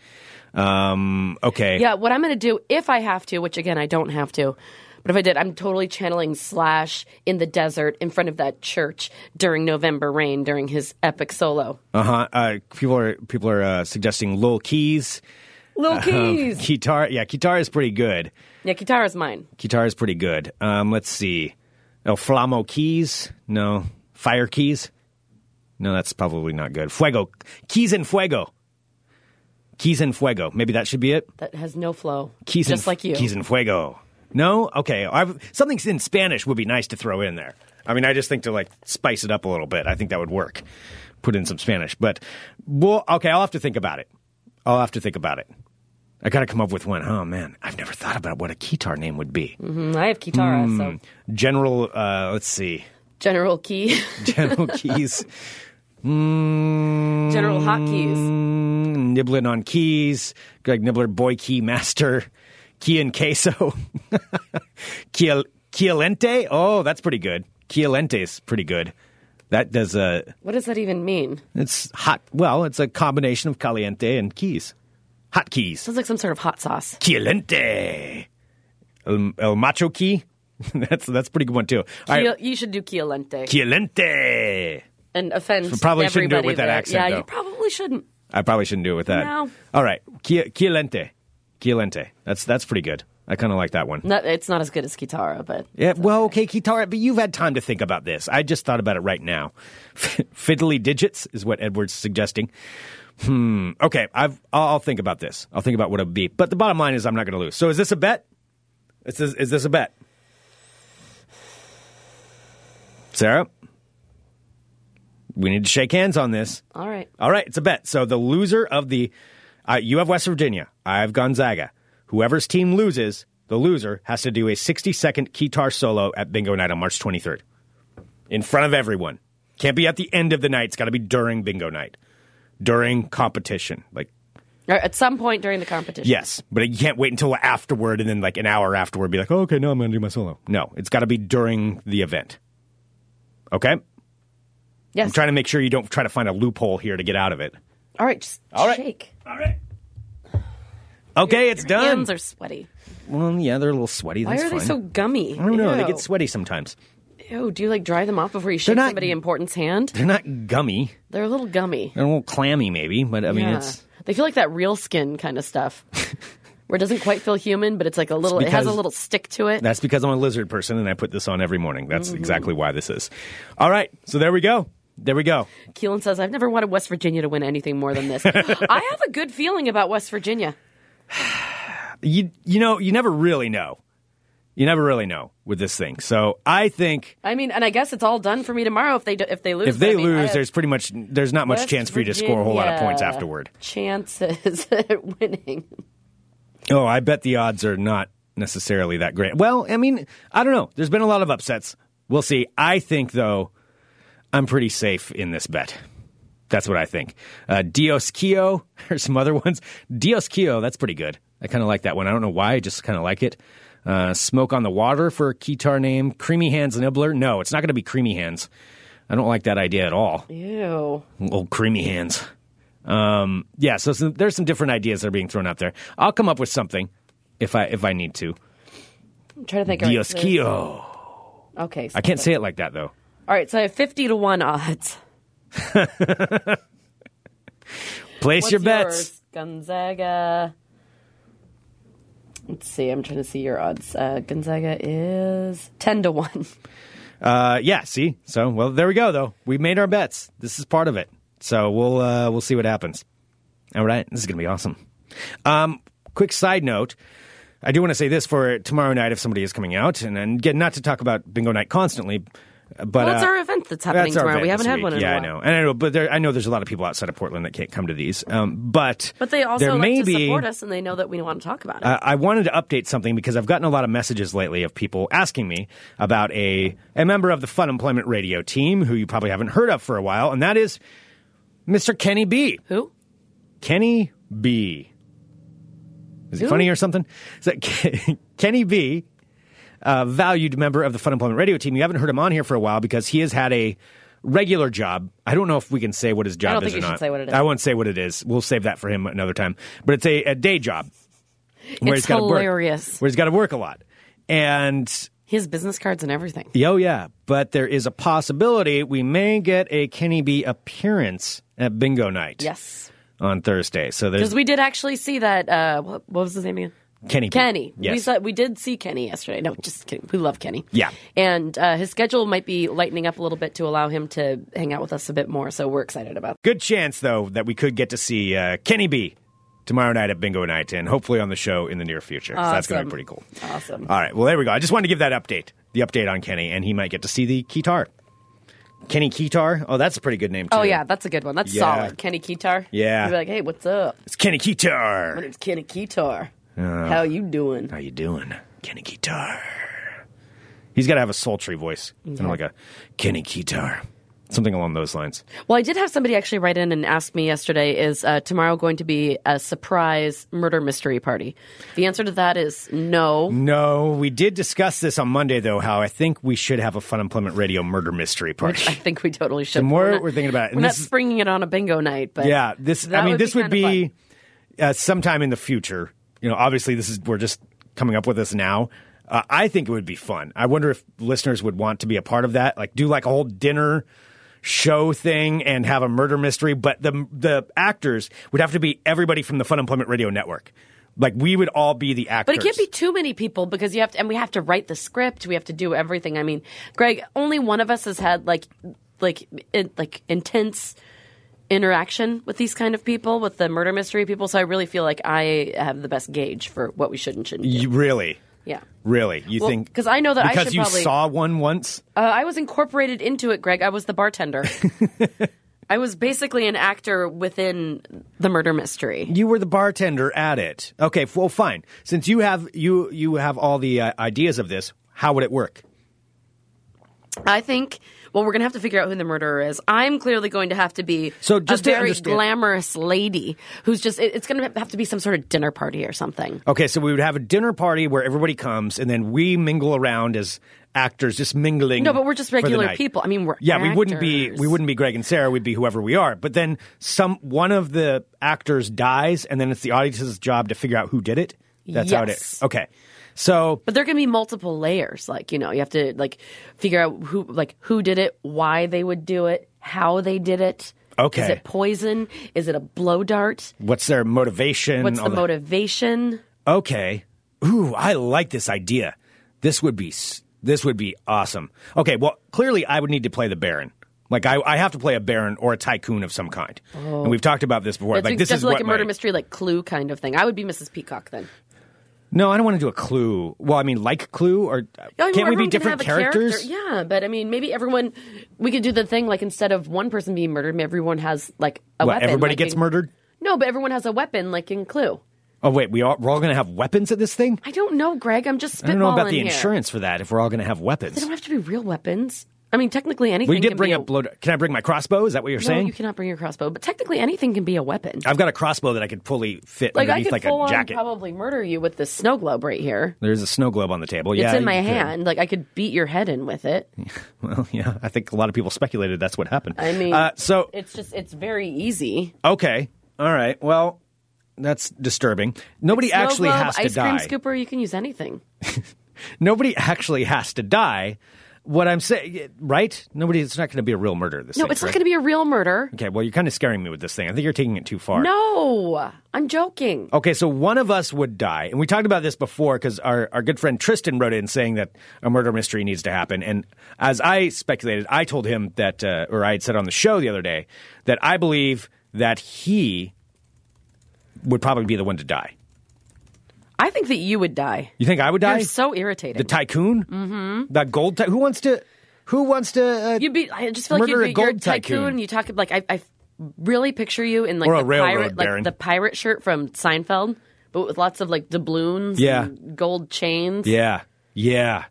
Speaker 5: Um, okay.
Speaker 6: Yeah, what I'm going to do if I have to, which again I don't have to, but if I did, I'm totally channeling Slash in the desert in front of that church during November Rain during his epic solo.
Speaker 5: Uh-huh. Uh People are people are uh, suggesting Lil Keys.
Speaker 6: Lil
Speaker 5: Um,
Speaker 6: Keys.
Speaker 5: guitar. Yeah, guitar is pretty good.
Speaker 6: Uh-huh. yeah, guitar is mine.
Speaker 5: Guitar is pretty good. Um, let's see. El Flamo Keys? No. Fire Keys? No, that's probably not good. Fuego. Keys and Fuego. Keys and Fuego. Maybe that should be it.
Speaker 6: That has no flow.
Speaker 5: Keys
Speaker 6: just
Speaker 5: and,
Speaker 6: like you.
Speaker 5: Keys and Fuego. No? Okay. I've, something in Spanish would be nice to throw in there. I mean, I just think to like spice it up a little bit. I think that would work. Put in some Spanish. But, well, okay, I'll have to think about it. I'll have to think about it. I got to come up with one. Oh, man. I've never thought about what a guitar name would be.
Speaker 6: Mm, I have Kitara, so
Speaker 5: General, uh, let's see,
Speaker 6: General Key,
Speaker 5: General Keys,
Speaker 6: General Hot Keys.
Speaker 5: mm, nibbling on keys, Greg Nibbler, boy key master, key and queso, Kiel, Kielente. Oh, that's pretty good. Kielente is pretty good. That does a.
Speaker 6: What does that even mean?
Speaker 5: It's hot. Well, it's a combination of caliente and keys. Hot keys.
Speaker 6: Sounds like some sort of hot sauce.
Speaker 5: Kielente. El, el macho key. that's that's a pretty good one too. All right.
Speaker 6: Kiel- you should do Kielente
Speaker 5: Kielente.
Speaker 6: and offend.
Speaker 5: Probably shouldn't do it
Speaker 6: everybody
Speaker 5: with that
Speaker 6: there.
Speaker 5: accent,
Speaker 6: Yeah,
Speaker 5: though.
Speaker 6: you probably shouldn't.
Speaker 5: I probably shouldn't do it with that.
Speaker 6: No.
Speaker 5: All right. Qui- Quielente. Quielente. That's that's pretty good. I kind of like that one.
Speaker 6: Not, it's not as good as Kitara, but
Speaker 5: Yeah. Well, okay, Kitara, but you've had time to think about this. I just thought about it right now. Fiddly digits is what Edward's suggesting. Hmm. Okay. I've, I'll, I'll think about this. I'll think about what it'll be. But the bottom line is, I'm not going to lose. So is this a bet? Is this, is this a bet? Sarah, we need to shake hands on this.
Speaker 6: all right.
Speaker 5: All right, it's a bet. So the loser of the uh, you have West Virginia, I have Gonzaga. Whoever's team loses, the loser has to do a 60 second guitar solo at bingo night on March 23rd in front of everyone. Can't be at the end of the night. It's got to be during bingo night, during competition. Like
Speaker 6: Or at some point during the competition.
Speaker 5: Yes, but you can't wait until afterward and then like an hour afterward be like, oh, okay, no, I'm going to do my solo. No, it's got to be during the event. Okay?
Speaker 6: Yes.
Speaker 5: I'm trying to make sure you don't try to find a loophole here to get out of it.
Speaker 6: All right, just
Speaker 5: All right.
Speaker 6: shake.
Speaker 5: Okay, it's
Speaker 6: Your
Speaker 5: done.
Speaker 6: Hands are sweaty.
Speaker 5: well, yeah, they're a little sweaty.
Speaker 6: Why
Speaker 5: That's
Speaker 6: are they
Speaker 5: fine.
Speaker 6: so gummy?
Speaker 5: I don't know. They
Speaker 6: Ew.
Speaker 5: get sweaty sometimes.
Speaker 6: Ew, do you like dry them off before you shake
Speaker 5: not-
Speaker 6: somebody important's hand?
Speaker 5: They're not gummy.
Speaker 6: They're a little gummy.
Speaker 5: They're a little clammy, maybe, but I mean,
Speaker 6: Yeah.
Speaker 5: it's
Speaker 6: They feel like that real skin kind of stuff. Where it doesn't quite feel human, but it's like a little, it has a
Speaker 5: because-
Speaker 6: little stick to it.
Speaker 5: that's because I'm a lizard person and I put this on every morning. That's
Speaker 6: Mm-hmm.
Speaker 5: exactly why this is. All right, so there we go. There we go.
Speaker 6: Keelan says, I've never wanted West Virginia to win anything more than this. I have a good feeling about West Virginia.
Speaker 5: You you know you never really know. You never really know with this thing. So I think
Speaker 6: I mean, and I guess it's all done for me tomorrow if they do, if they lose.
Speaker 5: if they
Speaker 6: but I mean, I
Speaker 5: lose,
Speaker 6: have
Speaker 5: there's pretty much there's not much
Speaker 6: West
Speaker 5: chance for you to score a whole lot of points
Speaker 6: Virginia
Speaker 5: afterward.
Speaker 6: Chances at winning.
Speaker 5: Oh, I bet the odds are not necessarily that great. Well, I mean, I don't know. There's been a lot of upsets. We'll see. I think though, I'm pretty safe in this bet. That's what I think. Uh, Dios Kio or some other ones. Dios Kio, that's pretty good. I kind of like that one. I don't know why. I just kind of like it. Uh, Smoke on the Water for a guitar name. Creamy Hands Nibbler. No, it's not going to be Creamy Hands. I don't like that idea at all.
Speaker 6: Ew.
Speaker 5: Old creamy hands. Um, yeah, so some, there's some different ideas that are being thrown out there. I'll come up with something if I if I need to.
Speaker 6: I'm trying to think. All right,
Speaker 5: Dios
Speaker 6: so-
Speaker 5: Kio.
Speaker 6: Okay. So,
Speaker 5: I can't say it like that though.
Speaker 6: All right, so I have 50 to 1 odds.
Speaker 5: Place
Speaker 6: What's
Speaker 5: your bets.
Speaker 6: yours? Gonzaga. Let's see. I'm trying to see your odds. Uh, Gonzaga is 10 to 1.
Speaker 5: Uh, yeah, see? So, well, there we go though. We made our bets. This is part of it. So, we'll uh, we'll see what happens. All right. This is going to be awesome. Um, quick side note. I do want to say this for tomorrow night if somebody is coming out and then again not to talk about bingo night constantly, but
Speaker 6: Well, it's
Speaker 5: uh,
Speaker 6: our event that's happening
Speaker 5: That's our
Speaker 6: tomorrow.
Speaker 5: event
Speaker 6: We haven't
Speaker 5: this
Speaker 6: had
Speaker 5: week.
Speaker 6: one in
Speaker 5: yeah,
Speaker 6: a
Speaker 5: I
Speaker 6: while.
Speaker 5: know, and I know, but there, I know there's a lot of people outside of Portland that can't come to these. Um, but
Speaker 6: But they also
Speaker 5: there
Speaker 6: like
Speaker 5: may
Speaker 6: to
Speaker 5: be,
Speaker 6: support us, and they know that we want to talk about it.
Speaker 5: uh, I wanted to update something because I've gotten a lot of messages lately of people asking me about a a member of the Fun Employment Radio team who you probably haven't heard of for a while, and that is Mr. Kenny B.
Speaker 6: Who?
Speaker 5: Kenny B. Is he
Speaker 6: Who?
Speaker 5: funny or something? Is that Ken- Kenny B, a valued member of the Fun Employment Radio team. You haven't heard him on here for a while because he has had a regular job. I don't know if we can say what his job
Speaker 6: don't
Speaker 5: is
Speaker 6: think
Speaker 5: or
Speaker 6: you should
Speaker 5: not.
Speaker 6: say what it is.
Speaker 5: I won't say what it is. We'll save that for him another time. But it's a, a day job where
Speaker 6: It's
Speaker 5: he's gotta work-
Speaker 6: hilarious.
Speaker 5: where he's got to work a lot. And
Speaker 6: He has business cards and everything.
Speaker 5: yeah, Oh, yeah. But there is a possibility we may get a Kenny B appearance at bingo night
Speaker 6: Yes.
Speaker 5: on Thursday. So there's
Speaker 6: Because we did actually see that. Uh, what, what was his name again?
Speaker 5: Kenny. B.
Speaker 6: Kenny.
Speaker 5: Yes.
Speaker 6: We saw, we did see Kenny yesterday. No, just kidding. We love Kenny.
Speaker 5: Yeah.
Speaker 6: And uh, his schedule might be lightening up a little bit to allow him to hang out with us a bit more. So we're excited about
Speaker 5: Good chance, though, that we could get to see uh, Kenny B tomorrow night at bingo night and hopefully on the show in the near future. So that's going to be
Speaker 6: Awesome.
Speaker 5: pretty cool.
Speaker 6: that. Awesome.
Speaker 5: All right. Well, there we go. I just wanted to give that update, the update on Kenny, and he might get to see the guitar. Kenny Keytar. Oh, that's a pretty good name, too.
Speaker 6: Oh yeah, that's a good one. That's
Speaker 5: Yeah.
Speaker 6: solid. Kenny Keytar.
Speaker 5: Yeah.
Speaker 6: You'd be like, hey, what's up?
Speaker 5: It's Kenny Keytar.
Speaker 6: My name's Kenny Keytar. How you doing?
Speaker 5: How you doing, Kenny Guitar? He's got to have a sultry voice, kind of like a Kenny Guitar, something along those lines.
Speaker 6: Well, I did have somebody actually write in and ask me yesterday: Is uh, tomorrow going to be a surprise murder mystery party? The answer to that is no.
Speaker 5: No, we did discuss this on Monday, though. How I think we should have a Fun Employment Radio murder mystery party.
Speaker 6: I think we totally should.
Speaker 5: The more
Speaker 6: We're not-
Speaker 5: we're thinking about it, and
Speaker 6: we're not
Speaker 5: this is-
Speaker 6: springing it on a bingo night, but
Speaker 5: yeah, this.
Speaker 6: that
Speaker 5: I mean, this would
Speaker 6: kinda fun.
Speaker 5: be uh, sometime in the future. You know, obviously, this is we're just coming up with this now. Uh, I think it would be fun. I wonder if listeners would want to be a part of that, like do like a whole dinner show thing and have a murder mystery. But the the actors would have to be everybody from the Fun Employment Radio Network. Like we would all be the actors.
Speaker 6: But it can't be too many people because you have to, and we have to write the script. We have to do everything. I mean, Greg, only one of us has had like, like, in, like intense interaction with these kind of people, with the murder mystery people. So I really feel like I have the best gauge for what we should and shouldn't do.
Speaker 5: You- really,
Speaker 6: Yeah.
Speaker 5: really. You
Speaker 6: Well,
Speaker 5: think
Speaker 6: 'cause I know that I
Speaker 5: because
Speaker 6: should
Speaker 5: you
Speaker 6: probably-
Speaker 5: saw one once.
Speaker 6: Uh, I was incorporated into it, Greg. I was the bartender. I was basically an actor within the murder mystery.
Speaker 5: You were the bartender at it. Okay, f- well, fine. Since you have you you have all the uh, ideas of this, how would it work?
Speaker 6: I think well, we're going to have to figure out who the murderer is. I'm clearly going to have to be
Speaker 5: So just
Speaker 6: a
Speaker 5: to
Speaker 6: very
Speaker 5: understand-
Speaker 6: glamorous lady who's just, it, it's going to have to be some sort of dinner party or something.
Speaker 5: Okay, so we would have a dinner party where everybody comes, and then we mingle around as actors, just mingling.
Speaker 6: No, but we're just
Speaker 5: for the
Speaker 6: regular
Speaker 5: night.
Speaker 6: people. I mean, we're
Speaker 5: yeah, we wouldn't be
Speaker 6: actors.
Speaker 5: we wouldn't be Greg and Sarah. We'd be whoever we are. But then some one of the actors dies, and then it's the audience's job to figure out who did it. That's how it
Speaker 6: Yes.
Speaker 5: is. Okay, so
Speaker 6: But there can be multiple layers. Like, you know, you have to like figure out who like who did it, why they would do it, how they did it.
Speaker 5: Okay.
Speaker 6: Is it poison? Is it a blow dart?
Speaker 5: what's their motivation?
Speaker 6: What's
Speaker 5: all
Speaker 6: the motivation?
Speaker 5: Okay. Ooh, I like this idea. This would be s- this would be awesome. Okay, well, clearly I would need to play the Baron. Like I, I have to play a Baron or a tycoon of some kind. And we've talked about this before.
Speaker 6: It's
Speaker 5: like this is
Speaker 6: definitely like
Speaker 5: what
Speaker 6: a murder
Speaker 5: my-
Speaker 6: mystery, like clue kind of thing. I would be Mrs. Peacock then.
Speaker 5: No, I don't want to do a Clue. Well, I mean, like Clue or uh,
Speaker 6: I mean,
Speaker 5: can't we
Speaker 6: everyone
Speaker 5: be
Speaker 6: can
Speaker 5: different
Speaker 6: have a character.
Speaker 5: characters?
Speaker 6: Yeah, but I mean, maybe everyone. We could do the thing like instead of one person being murdered, maybe everyone has like a
Speaker 5: What,
Speaker 6: weapon.
Speaker 5: everybody
Speaker 6: like
Speaker 5: gets
Speaker 6: in-
Speaker 5: murdered?
Speaker 6: No, but everyone has a weapon, like in Clue.
Speaker 5: Oh wait, we all, we're all going to have weapons at this thing.
Speaker 6: I don't know, Greg. I'm just spitballing
Speaker 5: I don't know about the
Speaker 6: here.
Speaker 5: insurance for that. If we're all going to have
Speaker 6: They
Speaker 5: weapons,
Speaker 6: don't have to be real weapons. I mean, technically anything.
Speaker 5: we did
Speaker 6: can
Speaker 5: bring
Speaker 6: be
Speaker 5: up.
Speaker 6: a,
Speaker 5: Blow, can I bring my crossbow? Is that what you're
Speaker 6: No,
Speaker 5: saying?
Speaker 6: you cannot bring your crossbow, but technically anything can be a weapon.
Speaker 5: I've got a crossbow that I could fully fit
Speaker 6: like I
Speaker 5: underneath
Speaker 6: could
Speaker 5: like
Speaker 6: full
Speaker 5: a
Speaker 6: on
Speaker 5: jacket.
Speaker 6: probably murder you with this snow globe right here.
Speaker 5: There's a snow globe on the table.
Speaker 6: It's
Speaker 5: yeah,
Speaker 6: in my
Speaker 5: you could.
Speaker 6: hand. Like I could beat your head in with it.
Speaker 5: Well, yeah, I think a lot of people speculated that's what happened.
Speaker 6: I mean,
Speaker 5: uh, so
Speaker 6: it's just it's very easy.
Speaker 5: okay, all right, well, that's disturbing. Nobody
Speaker 6: Snow
Speaker 5: actually
Speaker 6: globe,
Speaker 5: has to
Speaker 6: ice
Speaker 5: die.
Speaker 6: cream scooper. You can use anything.
Speaker 5: Nobody actually has to die. What I'm saying, right? Nobody. It's not going to be a real murder. This
Speaker 6: No,
Speaker 5: thing,
Speaker 6: it's not
Speaker 5: right?
Speaker 6: going to be a real murder.
Speaker 5: Okay, well, you're kind of scaring me with this thing. I think you're taking it too far.
Speaker 6: No, I'm joking.
Speaker 5: Okay, so one of us would die. And we talked about this before because our, our good friend Tristan wrote in saying that a murder mystery needs to happen. And as I speculated, I told him that, uh, or I had said on the show the other day, that I believe that he would probably be the one to die.
Speaker 6: I think that you would die.
Speaker 5: You think I would die?
Speaker 6: You're so irritating.
Speaker 5: the tycoon? Mm-hmm. The gold ty- Who wants to. Who wants to. Uh,
Speaker 6: You'd be. I just feel like
Speaker 5: Murder
Speaker 6: you'd
Speaker 5: a
Speaker 6: be you're a
Speaker 5: gold
Speaker 6: tycoon.
Speaker 5: tycoon.
Speaker 6: You talk like I, I really picture you in like
Speaker 5: Or a
Speaker 6: the
Speaker 5: railroad
Speaker 6: pirate,
Speaker 5: baron.
Speaker 6: like the pirate shirt from Seinfeld, but with lots of like doubloons,
Speaker 5: Yeah.
Speaker 6: and gold chains.
Speaker 5: Yeah, yeah.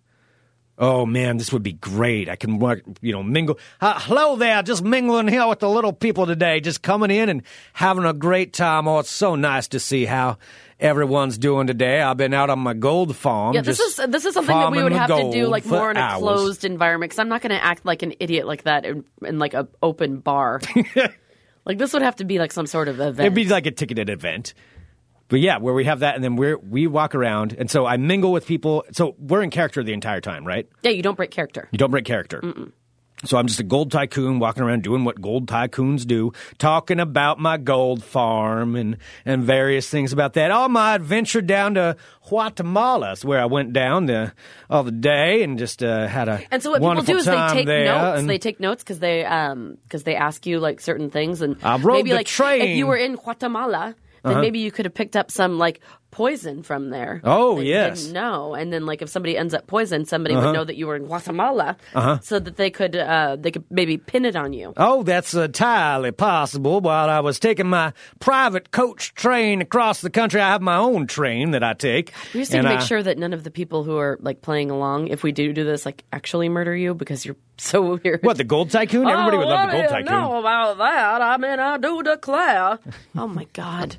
Speaker 5: Oh man, this would be great. I can work, you know, mingle. Uh, hello there, just mingling here with the little people today, just coming in and having a great time. Oh, it's so nice to see how everyone's doing today. I've been out on my gold farm.
Speaker 6: Yeah, this is
Speaker 5: just
Speaker 6: this is something that we
Speaker 5: farming
Speaker 6: would
Speaker 5: the
Speaker 6: have to do
Speaker 5: gold
Speaker 6: like
Speaker 5: for
Speaker 6: more in a
Speaker 5: hours.
Speaker 6: closed environment because I'm not going to act like an idiot like that in, in like a open bar. like this would have to be like some sort of event.
Speaker 5: It'd be like a ticketed event. But yeah, where we have that, and then we we walk around, and so I mingle with people. So we're in character the entire time, right?
Speaker 6: yeah, you don't break character.
Speaker 5: You don't break character. So I'm just a gold tycoon walking around doing what gold tycoons do, talking about my gold farm and, and various things about that. All my adventure down to Guatemala is where I went down the all the day and just uh, had a
Speaker 6: And so what people
Speaker 5: wonderful
Speaker 6: do is they
Speaker 5: time
Speaker 6: take
Speaker 5: there,
Speaker 6: notes.
Speaker 5: and-
Speaker 6: They take notes because they um 'cause they ask you like certain things and
Speaker 5: I rode
Speaker 6: maybe
Speaker 5: the
Speaker 6: like if
Speaker 5: train. Uh-huh.
Speaker 6: you were in Guatemala, then maybe you could have picked up some like poison from there.
Speaker 5: Oh,
Speaker 6: that
Speaker 5: yes. Uh-huh.
Speaker 6: you didn't know. And then like if somebody ends up poisoned, somebody would know that you were in Guatemala, so that they could uh, they could maybe pin it on you.
Speaker 5: Oh, that's entirely possible. While I was taking my private coach train across the country, I have my own train that I take.
Speaker 6: We just need
Speaker 5: and
Speaker 6: to make
Speaker 5: I-
Speaker 6: sure that none of the people who are like playing along, if we do do this, like actually murder you because you're so weird.
Speaker 5: What the gold tycoon? Everybody
Speaker 6: Oh,
Speaker 5: would love the gold tycoon.
Speaker 6: about that? I mean, I do declare. oh my god,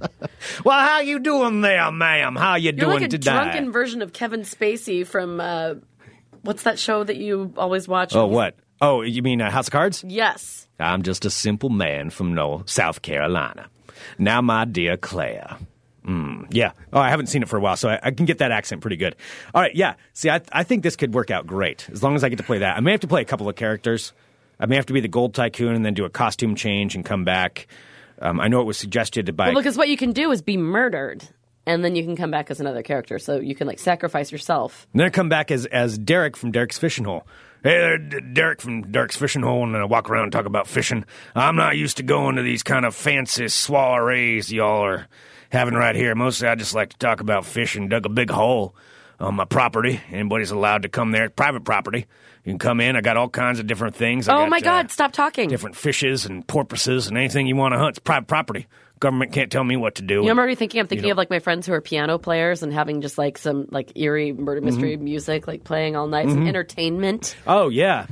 Speaker 5: Well, how you doing there, ma'am? How you
Speaker 6: you're
Speaker 5: doing
Speaker 6: like a
Speaker 5: today?
Speaker 6: drunken version of Kevin Spacey from uh, what's that show that you always watch?
Speaker 5: oh, what? Oh, you mean uh, House of Cards?
Speaker 6: Yes.
Speaker 5: I'm just a simple man from no South Carolina. Now, my dear Claire. Mm, yeah. Oh, I haven't seen it for a while, so I, I can get that accent pretty good. All right. Yeah. See, I, I think this could work out great as long as I get to play that. I may have to play a couple of characters. I may have to be the gold tycoon and then do a costume change and come back. Um, I know it was suggested by.
Speaker 6: Well, because what you can do is be murdered, and then you can come back as another character. So you can like sacrifice yourself.
Speaker 5: And then I come back as as Derek from Derek's Fishing Hole. Hey there, D- Derek from Derek's Fishing Hole, and I walk around and talk about fishing. I'm not used to going to these kind of fancy soirees y'all are having right here. Mostly, I just like to talk about fishing. Dug a big hole on my property. Anybody's allowed to come there. Private property. You can come in. I got all kinds of different things. I
Speaker 6: oh
Speaker 5: got,
Speaker 6: my god,
Speaker 5: uh,
Speaker 6: stop talking.
Speaker 5: different fishes and porpoises and anything you want to hunt. It's private property. Government can't tell me what to do.
Speaker 6: You know, I'm already thinking. I'm thinking of like my friends who are piano players and having just like
Speaker 5: Mm-hmm.
Speaker 6: some like eerie murder mystery music like playing all night, some entertainment.
Speaker 5: oh yeah.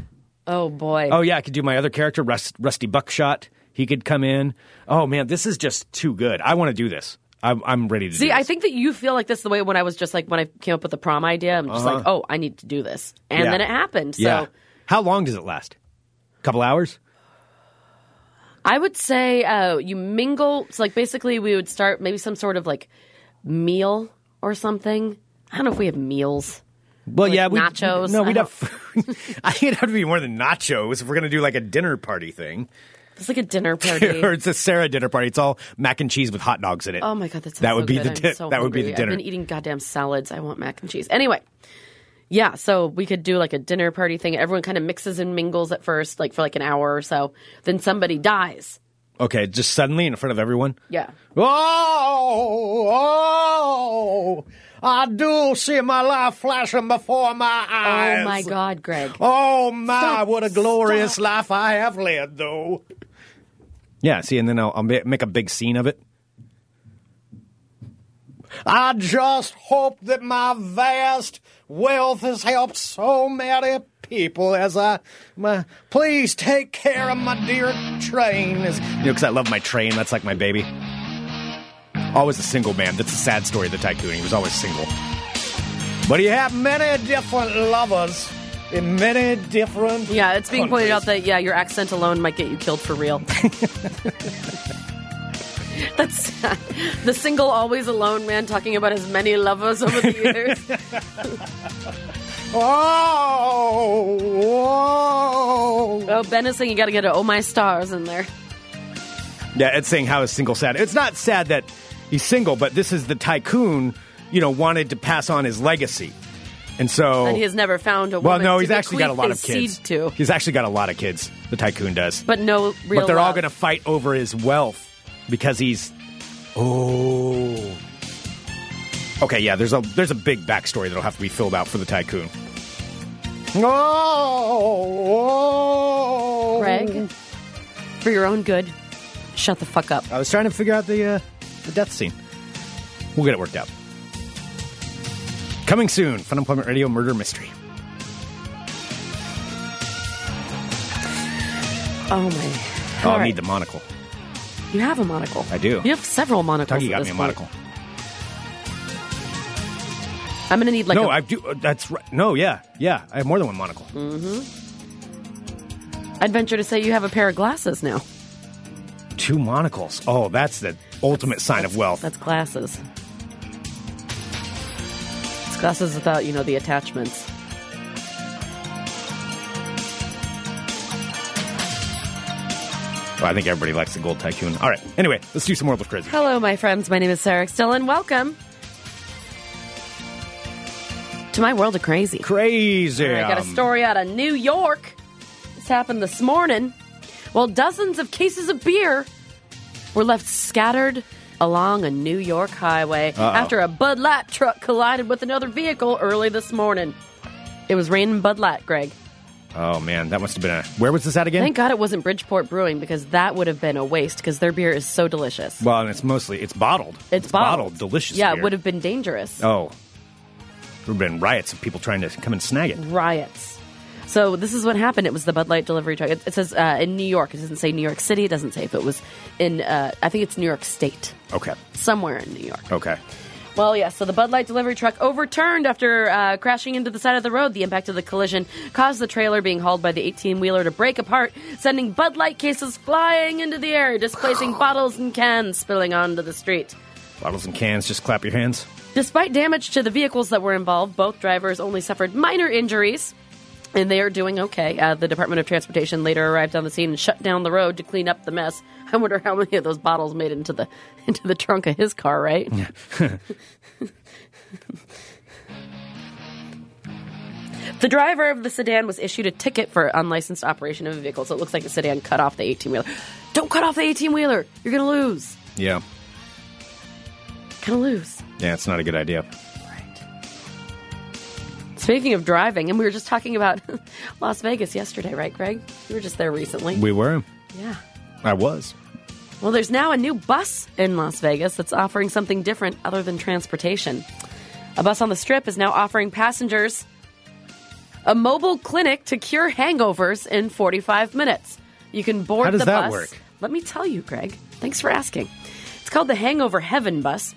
Speaker 6: Oh boy.
Speaker 5: Mm-hmm. Oh yeah, I could do my other character, Rust, Rusty Buckshot. He could come in. Oh man, this is just too good. I want to do this. I'm, I'm ready to do
Speaker 6: See, I
Speaker 5: this.
Speaker 6: think that you feel like this the way when I was just like when I came up with the prom idea. I'm just like, oh, I need to do this, and
Speaker 5: Uh-huh. Yeah.
Speaker 6: then it happened. So
Speaker 5: yeah. How long does it last? A couple hours?
Speaker 6: I would say uh, you mingle. So like basically, we would start maybe some sort of like meal or something. I don't know if we have meals.
Speaker 5: Well,
Speaker 6: Like
Speaker 5: yeah, we,
Speaker 6: nachos?
Speaker 5: No,
Speaker 6: I
Speaker 5: we'd
Speaker 6: don't-
Speaker 5: have. I think it'd have to be more than nachos if we're gonna do like a dinner party thing,
Speaker 6: It's like a dinner party.
Speaker 5: or it's a Sarah dinner party. It's all mac and cheese with hot dogs in it.
Speaker 6: Oh my god, that's
Speaker 5: that would
Speaker 6: so
Speaker 5: be
Speaker 6: good.
Speaker 5: the
Speaker 6: I'm
Speaker 5: di-
Speaker 6: so
Speaker 5: that would be the
Speaker 6: hungry.
Speaker 5: dinner.
Speaker 6: I've been eating goddamn salads. I want mac and cheese. Anyway, yeah, so we could do like a dinner party thing. Everyone kind of mixes and mingles at first, like for like an hour or so. Then somebody dies.
Speaker 5: Okay, just suddenly in front of everyone.
Speaker 6: Yeah.
Speaker 5: Oh, oh, I do see my life flashing before my eyes.
Speaker 6: Oh my god, Greg.
Speaker 5: Oh my,
Speaker 6: Stop,
Speaker 5: what a glorious
Speaker 6: stop.
Speaker 5: life I have led, though. Yeah, see, and then I'll, I'll ma- make a big scene of it. I just hope that my vast wealth has helped so many people as I. My, please take care of my dear train. As, you know, because I love my train. That's like my baby. Always a single man. That's a sad story of the tycoon. He was always single. But you have many different lovers in many different.
Speaker 6: Yeah, it's being pointed out
Speaker 5: countries.
Speaker 6: that yeah, your accent alone might get you killed for real. That's the single, always alone man talking about his many lovers over the years.
Speaker 5: Oh, oh.
Speaker 6: oh, Ben is saying you got to get a "Oh My Stars" in there.
Speaker 5: Yeah, it's saying how is single sad. It's not sad that he's single, but this is the tycoon, you know, wanted to pass on his legacy. And so.
Speaker 6: And he has never found a
Speaker 5: Oh. well,
Speaker 6: woman
Speaker 5: no,
Speaker 6: to
Speaker 5: he's actually got a
Speaker 6: bequeath
Speaker 5: lot of
Speaker 6: his
Speaker 5: kids.
Speaker 6: seed to.
Speaker 5: He's actually got a lot of kids, the tycoon does.
Speaker 6: But no real
Speaker 5: but they're all
Speaker 6: love.
Speaker 5: going to fight over his wealth because he's oh okay yeah there's a there's a big backstory that'll have to be filled out for the tycoon oh, oh.
Speaker 6: Greg, for your own good, shut the fuck up.
Speaker 5: i was trying to figure out the uh, the death scene we'll get it worked out coming soon fun employment radio murder mystery
Speaker 6: Oh my.
Speaker 5: oh
Speaker 6: All
Speaker 5: i
Speaker 6: right.
Speaker 5: need the monocle
Speaker 6: You have a monocle.
Speaker 5: I do.
Speaker 6: You have several monocles.
Speaker 5: Tuggy
Speaker 6: at
Speaker 5: got
Speaker 6: this
Speaker 5: me a
Speaker 6: point.
Speaker 5: monocle
Speaker 6: I'm gonna need like
Speaker 5: no
Speaker 6: a,
Speaker 5: I do uh, that's right no yeah yeah i have more than one monocle
Speaker 6: I'd venture to say you have a pair of glasses now.
Speaker 5: two monocles oh that's the ultimate sign of wealth
Speaker 6: That's glasses. It's glasses without, you know, the attachments.
Speaker 5: Well, I think everybody likes the gold tycoon. All right. Anyway, let's do some more of those crazy.
Speaker 6: Hello, my friends. My name is Sarah Still, and welcome to my world of crazy.
Speaker 5: Crazy.
Speaker 6: I got a
Speaker 5: um,
Speaker 6: story out of New York. This happened this morning. Well, dozens of cases of beer were left scattered along a New York highway after a Bud Light truck collided with another vehicle early this morning. It was raining Bud Light, Greg.
Speaker 5: Oh man, that must have been a. Where was this at again?
Speaker 6: Thank God it wasn't Bridgeport Brewing because that would have been a waste because their beer is so delicious.
Speaker 5: well, and it's mostly it's bottled.
Speaker 6: It's, bottled.
Speaker 5: delicious.
Speaker 6: Yeah,
Speaker 5: beer.
Speaker 6: it would have been dangerous.
Speaker 5: Oh, there have been riots of people trying to come and snag
Speaker 6: Mm-hmm.
Speaker 5: it.
Speaker 6: Riots. So this is what happened. It was the Bud Light delivery truck. It, it says uh, in New York. It doesn't say New York City. It doesn't say if it was in. Uh, I think it's New York State,
Speaker 5: Okay.
Speaker 6: somewhere in New York.
Speaker 5: Okay.
Speaker 6: Well, yeah, so the Bud Light delivery truck overturned after uh, crashing into the side of the road. The impact of the collision caused the trailer being hauled by the 18 wheeler to break apart, sending Bud Light cases flying into the air, displacing bottles and cans spilling onto the street.
Speaker 5: Bottles and cans. Just clap your hands.
Speaker 6: Despite damage to the vehicles that were involved, both drivers only suffered minor injuries. And they are doing okay. Uh, the Department of Transportation later arrived on the scene and shut down the road to clean up the mess. I wonder how many of those bottles made into the into the trunk of his car, right? the driver of the sedan was issued a ticket for unlicensed operation of a vehicle. So it looks like the sedan cut off the eighteen wheeler. Don't cut off the eighteen wheeler. You're gonna lose.
Speaker 5: Yeah.
Speaker 6: Gonna lose.
Speaker 5: Yeah, it's not a good idea.
Speaker 6: Speaking of driving, and we were just talking about Las Vegas yesterday, right, Greg? You were just there recently.
Speaker 5: We were.
Speaker 6: yeah.
Speaker 5: I was.
Speaker 6: Well, there's now a new bus in Las Vegas that's offering something different other than transportation. A bus on the strip is now offering passengers a mobile clinic to cure hangovers in 45 minutes. You can board
Speaker 5: How does
Speaker 6: the
Speaker 5: that
Speaker 6: bus.
Speaker 5: work?
Speaker 6: Let me tell you, Greg. Thanks for asking. It's called the Hangover Heaven Bus.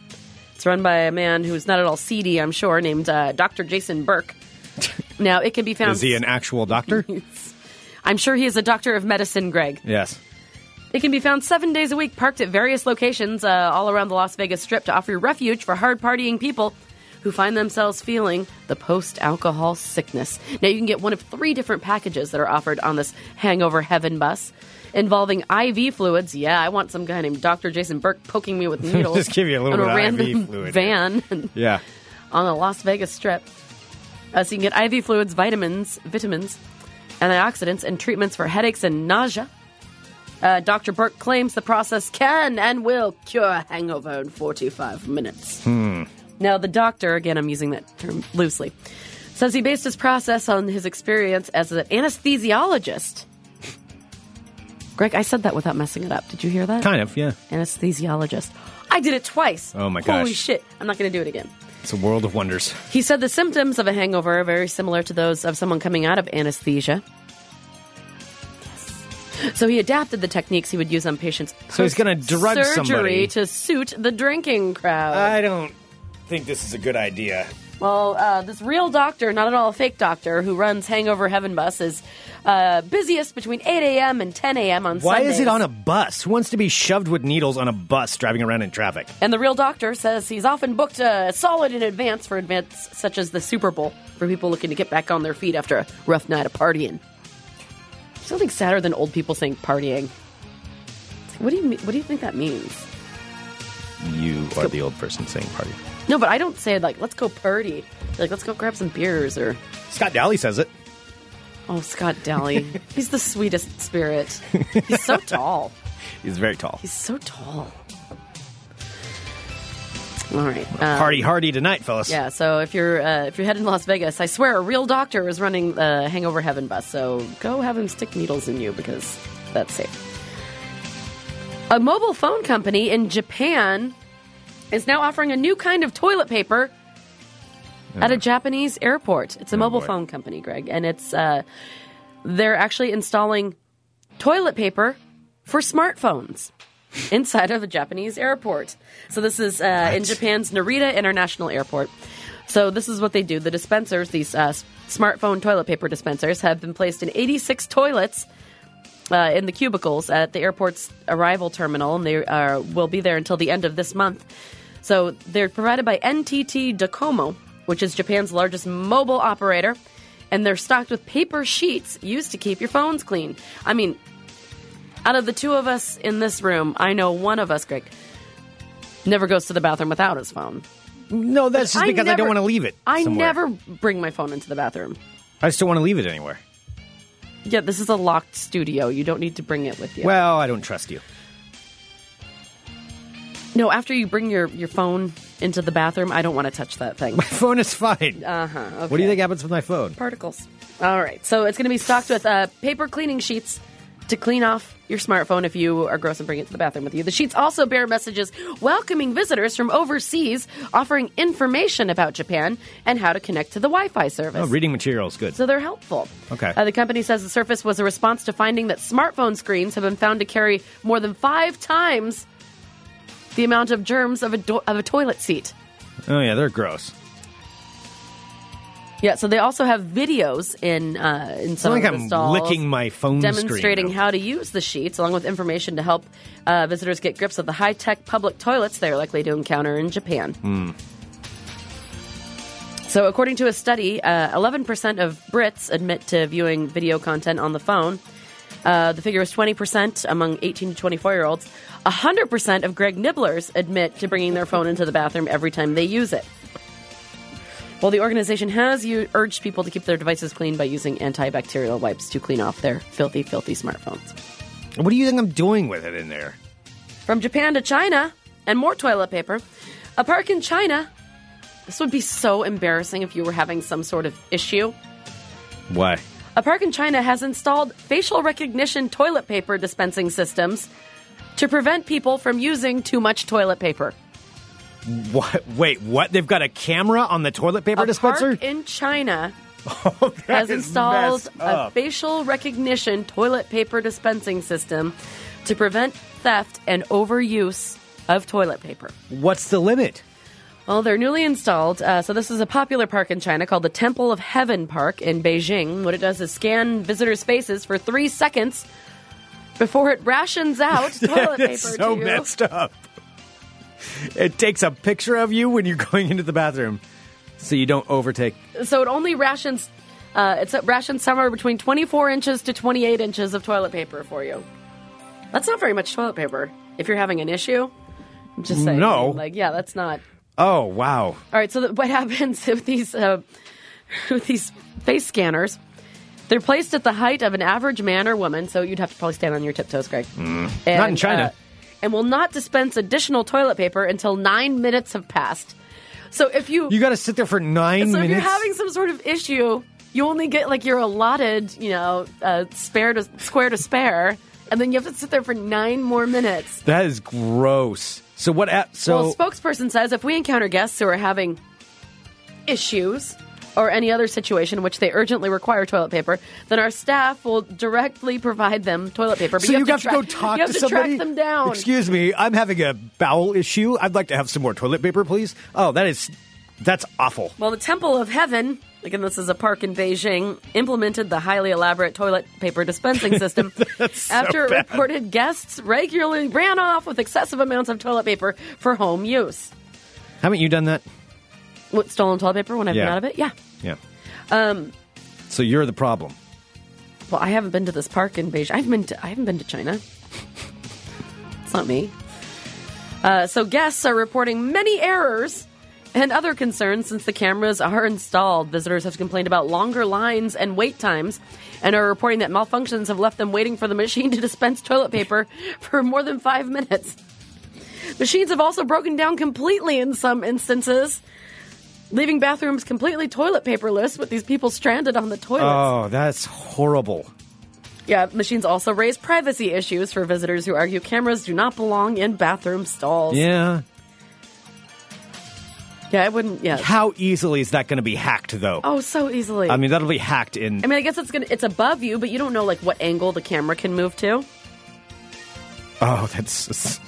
Speaker 6: It's run by a man who is not at all seedy, I'm sure, named uh, Dr. Jason Burke. Now, it can be found.
Speaker 5: Is he an actual doctor?
Speaker 6: I'm sure he is a doctor of medicine, Greg.
Speaker 5: yes.
Speaker 6: It can be found seven days a week, parked at various locations uh, all around the Las Vegas Strip to offer refuge for hard partying people who find themselves feeling the post alcohol sickness. Now, you can get one of three different packages that are offered on this Hangover Heaven bus involving IV fluids. Yeah, I want some guy named Dr. Jason Burke poking me with needles.
Speaker 5: Just give you a little
Speaker 6: on a
Speaker 5: bit of IV
Speaker 6: random
Speaker 5: fluid.
Speaker 6: van
Speaker 5: Yeah.
Speaker 6: on the Las Vegas Strip. Uh, so you can get IV fluids, vitamins, vitamins, antioxidants, and treatments for headaches and nausea. Uh, Dr. Burke claims the process can and will cure a hangover in 45 minutes.
Speaker 5: Hmm.
Speaker 6: Now, the doctor, again, I'm using that term loosely, says he based his process on his experience as an anesthesiologist. Greg, I said that without messing it up. Did you hear that?
Speaker 5: Kind of, yeah.
Speaker 6: Anesthesiologist. I did it twice.
Speaker 5: Oh, my
Speaker 6: Holy
Speaker 5: gosh.
Speaker 6: shit. I'm not going to do it again.
Speaker 5: It's a world of wonders.
Speaker 6: He said the symptoms of a hangover are very similar to those of someone coming out of anesthesia. So he adapted the techniques he would use on patients.
Speaker 5: So he's gonna drug
Speaker 6: surgery
Speaker 5: somebody.
Speaker 6: to suit the drinking crowd.
Speaker 5: I don't think this is a good idea.
Speaker 6: well, uh, this real doctor, not at all a fake doctor, who runs Hangover Heaven Bus, is uh, busiest between 8 a.m. and 10 a.m. on
Speaker 5: Why
Speaker 6: Sundays.
Speaker 5: is it on a bus? Who wants to be shoved with needles on a bus driving around in traffic?
Speaker 6: And the real doctor says he's often booked uh, solid in advance for events such as the Super Bowl for people looking to get back on their feet after a rough night of partying. There's Something sadder than old people saying partying. It's like, What do you mean, what do you think that means?
Speaker 7: You are the old person saying party.
Speaker 6: No, but I don't say like let's go party. Like let's go grab some beers or
Speaker 5: Scott Daly says it.
Speaker 6: oh Scott Daly, he's the sweetest spirit. He's so tall.
Speaker 5: He's very tall.
Speaker 6: He's so tall. All right. um,
Speaker 5: Party hardy tonight, fellas.
Speaker 6: Yeah, so if you're uh, if you're heading to Las Vegas, I swear a real doctor is running the Hangover Heaven bus. So go have him stick needles in you because that's safe. A mobile phone company in Japan is now offering a new kind of toilet paper at a Japanese airport. It's a mobile
Speaker 5: boy.
Speaker 6: phone company, Greg, and it's uh, they're actually installing toilet paper for smartphones inside of a Japanese airport. So this is uh, in Japan's Narita International Airport. So this is what they do. The dispensers, these uh, s- smartphone toilet paper dispensers, have been placed in 86 toilets uh, in the cubicles at the airport's arrival terminal, and they uh, will be there until the end of this month. So they're provided by NTT Docomo, which is Japan's largest mobile operator, and they're stocked with paper sheets used to keep your phones clean. I mean, out of the two of us in this room, I know one of us, Greg, never goes to the bathroom without his phone.
Speaker 5: No, that's just
Speaker 6: I
Speaker 5: because I don't
Speaker 6: never-
Speaker 5: want to leave it.
Speaker 6: I
Speaker 5: somewhere.
Speaker 6: never bring my phone into the bathroom.
Speaker 5: I just don't want to leave it anywhere.
Speaker 6: Yeah, this is a locked studio. You don't need to bring it with you.
Speaker 5: Well, I don't trust you.
Speaker 6: No, after you bring your, your phone into the bathroom, I don't want to touch that thing.
Speaker 5: My phone is fine. Uh huh.
Speaker 6: Uh-huh,
Speaker 5: What do you think happens with my phone?
Speaker 6: Particles. All right. So it's going to be stocked with uh, paper cleaning sheets to clean off your smartphone if you are gross and bring it to the bathroom with you. The sheets also bear messages welcoming visitors from overseas, offering information about Japan and how to connect to the Wi Fi service.
Speaker 5: Oh, reading materials, good.
Speaker 6: so they're helpful.
Speaker 5: Okay.
Speaker 6: Uh, the company says the Surface was a response to finding that smartphone screens have been found to carry more than five times the amount of germs of a, do- of a toilet seat.
Speaker 5: Oh yeah, they're gross.
Speaker 6: Yeah, so they also have videos in uh, in
Speaker 5: It's
Speaker 6: some
Speaker 5: not like
Speaker 6: of the
Speaker 5: I'm
Speaker 6: stalls
Speaker 5: licking my phone
Speaker 6: demonstrating
Speaker 5: screen.
Speaker 6: how to use the sheets, along with information to help uh, visitors get grips of the high tech public toilets they are likely to encounter in Japan. So, according to a study, uh, 11% of Brits admit to viewing video content on the phone. Uh, the figure is 20% among 18 to 24 year olds. 100% of Greg Nibblers admit to bringing their phone into the bathroom every time they use it. Well, the organization has u- urged people to keep their devices clean by using antibacterial wipes to clean off their filthy, filthy smartphones.
Speaker 5: What do you think I'm doing with it in there?
Speaker 6: From Japan to China, and more toilet paper. A park in China. This would be so embarrassing if you were having some sort of issue.
Speaker 5: Why?
Speaker 6: A park in China has installed facial recognition toilet paper dispensing systems to prevent people from using too much toilet paper.
Speaker 5: What? Wait, what? They've got a camera on the toilet paper
Speaker 6: a
Speaker 5: dispenser?
Speaker 6: park in China
Speaker 5: That
Speaker 6: has
Speaker 5: is
Speaker 6: installed
Speaker 5: messed
Speaker 6: a
Speaker 5: up.
Speaker 6: facial recognition toilet paper dispensing system to prevent theft and overuse of toilet paper.
Speaker 5: What's the limit?
Speaker 6: Well, they're newly installed. Uh, so, this is a popular park in China called the Temple of Heaven Park in Beijing. What it does is scan visitors' faces for three seconds before it rations out toilet paper
Speaker 5: It's so
Speaker 6: to you.
Speaker 5: messed up. It takes a picture of you when you're going into the bathroom, so you don't overtake.
Speaker 6: So, it only rations. Uh, it's it rations somewhere between 24 inches to 28 inches of toilet paper for you. That's not very much toilet paper if you're having an issue. I'm just saying.
Speaker 5: No.
Speaker 6: Like, yeah, that's not.
Speaker 5: Oh wow!
Speaker 6: All right. So th- what happens with these uh, with these face scanners? They're placed at the height of an average man or woman, so you'd have to probably stand on your tiptoes, Greg. And,
Speaker 5: Mm.
Speaker 6: uh,
Speaker 5: Not in China.
Speaker 6: and will not dispense additional toilet paper until nine minutes have passed. So if you,
Speaker 5: You got to sit there for nine
Speaker 6: so if you're
Speaker 5: minutes.
Speaker 6: having some sort of issue, you only get like your allotted, you know, uh, spare to square to spare, and then you have to sit there for nine more minutes.
Speaker 5: that is gross. So what? App, so
Speaker 6: Well, a spokesperson says if we encounter guests who are having issues or any other situation in which they urgently require toilet paper, then our staff will directly provide them toilet paper. But
Speaker 5: so you, have, to,
Speaker 6: track-
Speaker 5: go talk
Speaker 6: you have
Speaker 5: to,
Speaker 6: to,
Speaker 5: somebody.
Speaker 6: track them down.
Speaker 5: Excuse me, I'm having a bowel issue. I'd like to have some more toilet paper, please. Oh, that is that's awful.
Speaker 6: Well, the Temple of Heaven, again, this is a park in Beijing, implemented the highly elaborate toilet paper dispensing system after it reported guests regularly ran off with excessive amounts of toilet paper for home use.
Speaker 5: Haven't you done that?
Speaker 6: What, stolen toilet paper when I've
Speaker 5: Yeah.
Speaker 6: been out of it? Yeah.
Speaker 5: Yeah. Um. So you're the problem.
Speaker 6: Well, I haven't been to this park in Beijing. I've been to, I haven't been to China. it's not me. Uh, so guests are reporting many errors and other concerns since the cameras are installed. Visitors have complained about longer lines and wait times, and are reporting that malfunctions have left them waiting for the machine to dispense toilet paper for more than five minutes. Machines have also broken down completely in some instances, leaving bathrooms completely toilet paperless, with these people stranded on the toilets.
Speaker 5: Oh, that's horrible.
Speaker 6: Yeah, machines also raise privacy issues for visitors who argue cameras do not belong in bathroom stalls.
Speaker 5: Yeah.
Speaker 6: Yeah, I wouldn't. Yeah.
Speaker 5: How easily is that going to be hacked, though?
Speaker 6: Oh, so easily.
Speaker 5: I mean, that'll be hacked in.
Speaker 6: I mean, I guess it's gonna it's above you, but you don't know like what angle the camera can move to.
Speaker 5: oh, that's.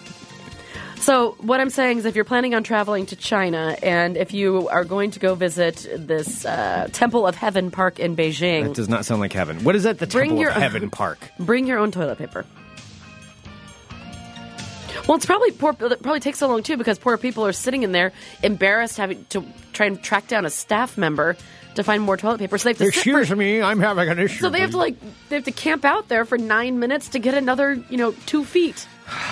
Speaker 6: So what I'm saying is, if you're planning on traveling to China, and if you are going to go visit this uh, Temple of Heaven Park in
Speaker 5: That
Speaker 6: Beijing,
Speaker 5: does not sound like heaven. What is that? The
Speaker 6: Bring
Speaker 5: Temple
Speaker 6: your-
Speaker 5: of Heaven Park.
Speaker 6: bring your own toilet paper. Well, it's probably poor. It probably takes so long too because poor people are sitting in there, embarrassed, having to try and track down a staff member to find more toilet paper. So they have to sit for,
Speaker 5: me, I'm having an issue.
Speaker 6: so they have to like they have to camp out there for nine minutes to get another you know two feet.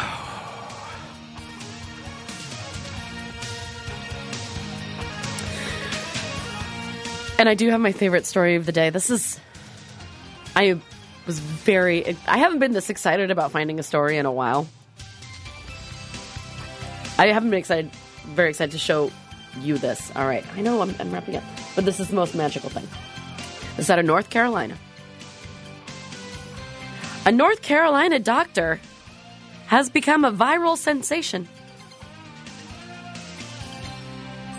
Speaker 6: And I do have my favorite story of the day. This is I was very I haven't been this excited about finding a story in a while. I haven't been excited very excited to show you this. All right. I know I'm, I'm wrapping up, but this is the most magical thing. It's out of North Carolina. A North Carolina doctor has become a viral sensation.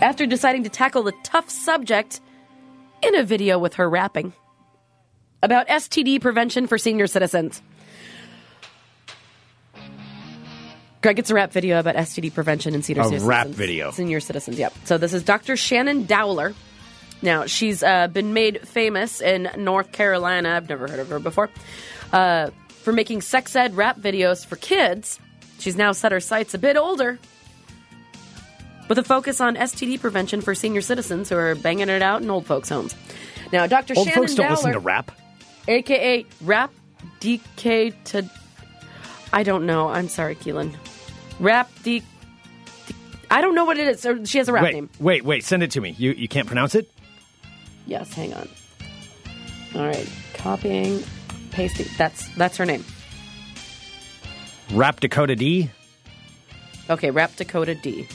Speaker 6: After deciding to tackle the tough subject in a video with her rapping about STD prevention for senior citizens. Greg, it's a rap video about STD prevention in senior
Speaker 5: A
Speaker 6: citizens.
Speaker 5: rap video.
Speaker 6: Senior citizens, yep. So this is Dr. Shannon Dowler. Now, she's uh, been made famous in North Carolina. I've never heard of her before. Uh, for making sex ed rap videos for kids. She's now set her sights a bit older with a focus on STD prevention for senior citizens who are banging it out in old folks' homes. Now, Dr.
Speaker 5: Old
Speaker 6: Shannon
Speaker 5: folks don't listen to
Speaker 6: Dowler-
Speaker 5: rap.
Speaker 6: aka Rap DK to. I don't know. I'm sorry, Keelan. Rap D. I don't know what it is. So She has a rap
Speaker 5: Wait,
Speaker 6: name.
Speaker 5: wait, wait. Send it to me. You you can't pronounce it.
Speaker 6: Yes, hang on. All right, copying, pasting. That's that's her name.
Speaker 5: Rap Dakota D.
Speaker 6: Okay, Rap Dakota D.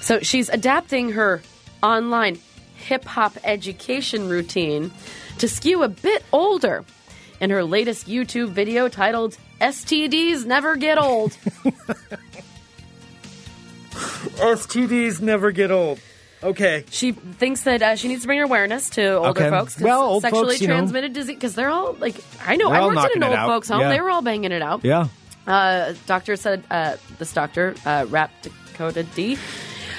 Speaker 6: So she's adapting her online hip hop education routine to skew a bit older in her latest YouTube video titled STDs Never Get Old.
Speaker 5: STDs never get old. Okay.
Speaker 6: She thinks that uh, she needs to bring awareness to older
Speaker 5: Okay.
Speaker 6: folks. 'cause
Speaker 5: Well, old
Speaker 6: sexually
Speaker 5: folks, you know.
Speaker 6: transmitted disease because they're all like I know
Speaker 5: They're
Speaker 6: I
Speaker 5: all
Speaker 6: worked
Speaker 5: knocking
Speaker 6: in
Speaker 5: it
Speaker 6: an old
Speaker 5: out.
Speaker 6: folks home.
Speaker 5: Yeah.
Speaker 6: They were all banging it out.
Speaker 5: Yeah.
Speaker 6: Uh, doctor said uh, this doctor uh, Rap Dakota D.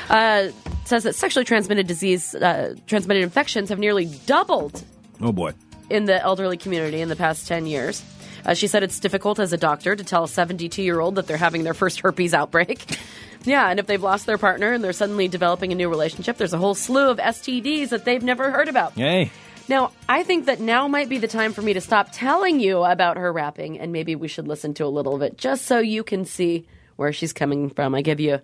Speaker 6: Uh, says that sexually transmitted disease, uh, transmitted infections have nearly doubled
Speaker 5: Oh boy.
Speaker 6: in the elderly community in the past 10 years. Uh, she said it's difficult as a doctor to tell a 72 year old that they're having their first herpes outbreak. yeah, and if they've lost their partner and they're suddenly developing a new relationship, there's a whole slew of STDs that they've never heard about.
Speaker 5: Hey.
Speaker 6: Now, I think that now might be the time for me to stop telling you about her rapping, and maybe we should listen to a little of it just so you can see where she's coming from. I give you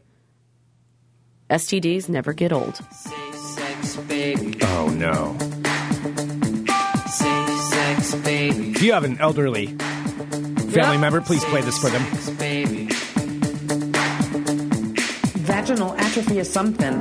Speaker 6: STDs never get old.
Speaker 5: Oh no.
Speaker 8: sex, baby,
Speaker 5: If you have an elderly family member, please play this for them.
Speaker 8: baby.
Speaker 9: Vaginal atrophy is something.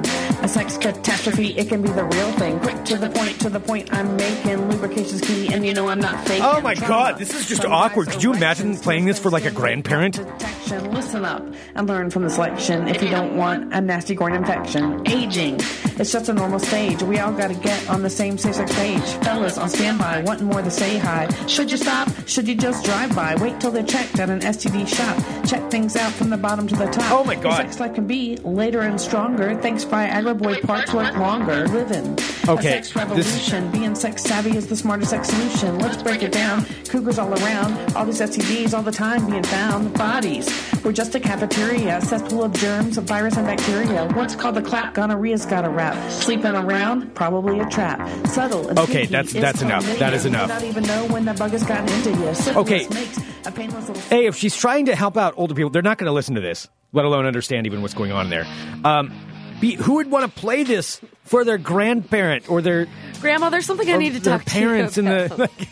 Speaker 9: A sex catastrophe, it can be the real thing. Quick to the point, to the point, I'm making lubrication's key, and you know I'm not faking.
Speaker 5: Oh my
Speaker 9: Trauma.
Speaker 5: God, this is just
Speaker 9: Sunrise
Speaker 5: awkward. Could you imagine
Speaker 9: erections,
Speaker 5: playing this for, like, a grandparent?
Speaker 9: Detection. Listen up and learn from the selection if you don't want a nasty groin infection. Aging. It's just a normal stage. We all gotta get on the same safe sex page. Fellas on standby, wanting more to say hi. Should you stop? Should you just drive by? Wait till they're checked at an STD shop. Check things out from the bottom to the top.
Speaker 5: Oh my God.
Speaker 9: Sex life can be later and stronger. Thanks by Agriboy parts work longer. Living.
Speaker 5: Okay,
Speaker 9: A sex
Speaker 5: this-
Speaker 9: revolution. Being sex savvy is the smartest sex solution. Let's break it down. Cougars all around. All these STDs all the time being found. Bodies. We're just a cafeteria. a Cesspool of germs, of virus and bacteria. What's called the clap gonorrhea's got a rap. Sleeping around, probably a trap. Subtle. and
Speaker 5: Okay,
Speaker 9: sneaky.
Speaker 5: that's-
Speaker 9: It's
Speaker 5: that's enough. That is enough.
Speaker 9: You don't even know when the bug has gotten into you. Syphilis
Speaker 5: Okay.
Speaker 9: Makes a painless little
Speaker 5: Hey, if she's trying to help out older people, they're not going to listen to this, let alone understand even what's going on there. Um, be, who would want to play this for their grandparent or their
Speaker 6: Grandma, there's something I
Speaker 5: or
Speaker 6: need to
Speaker 5: their
Speaker 6: talk to you
Speaker 5: parents in Oh, the?
Speaker 6: about.
Speaker 5: Like,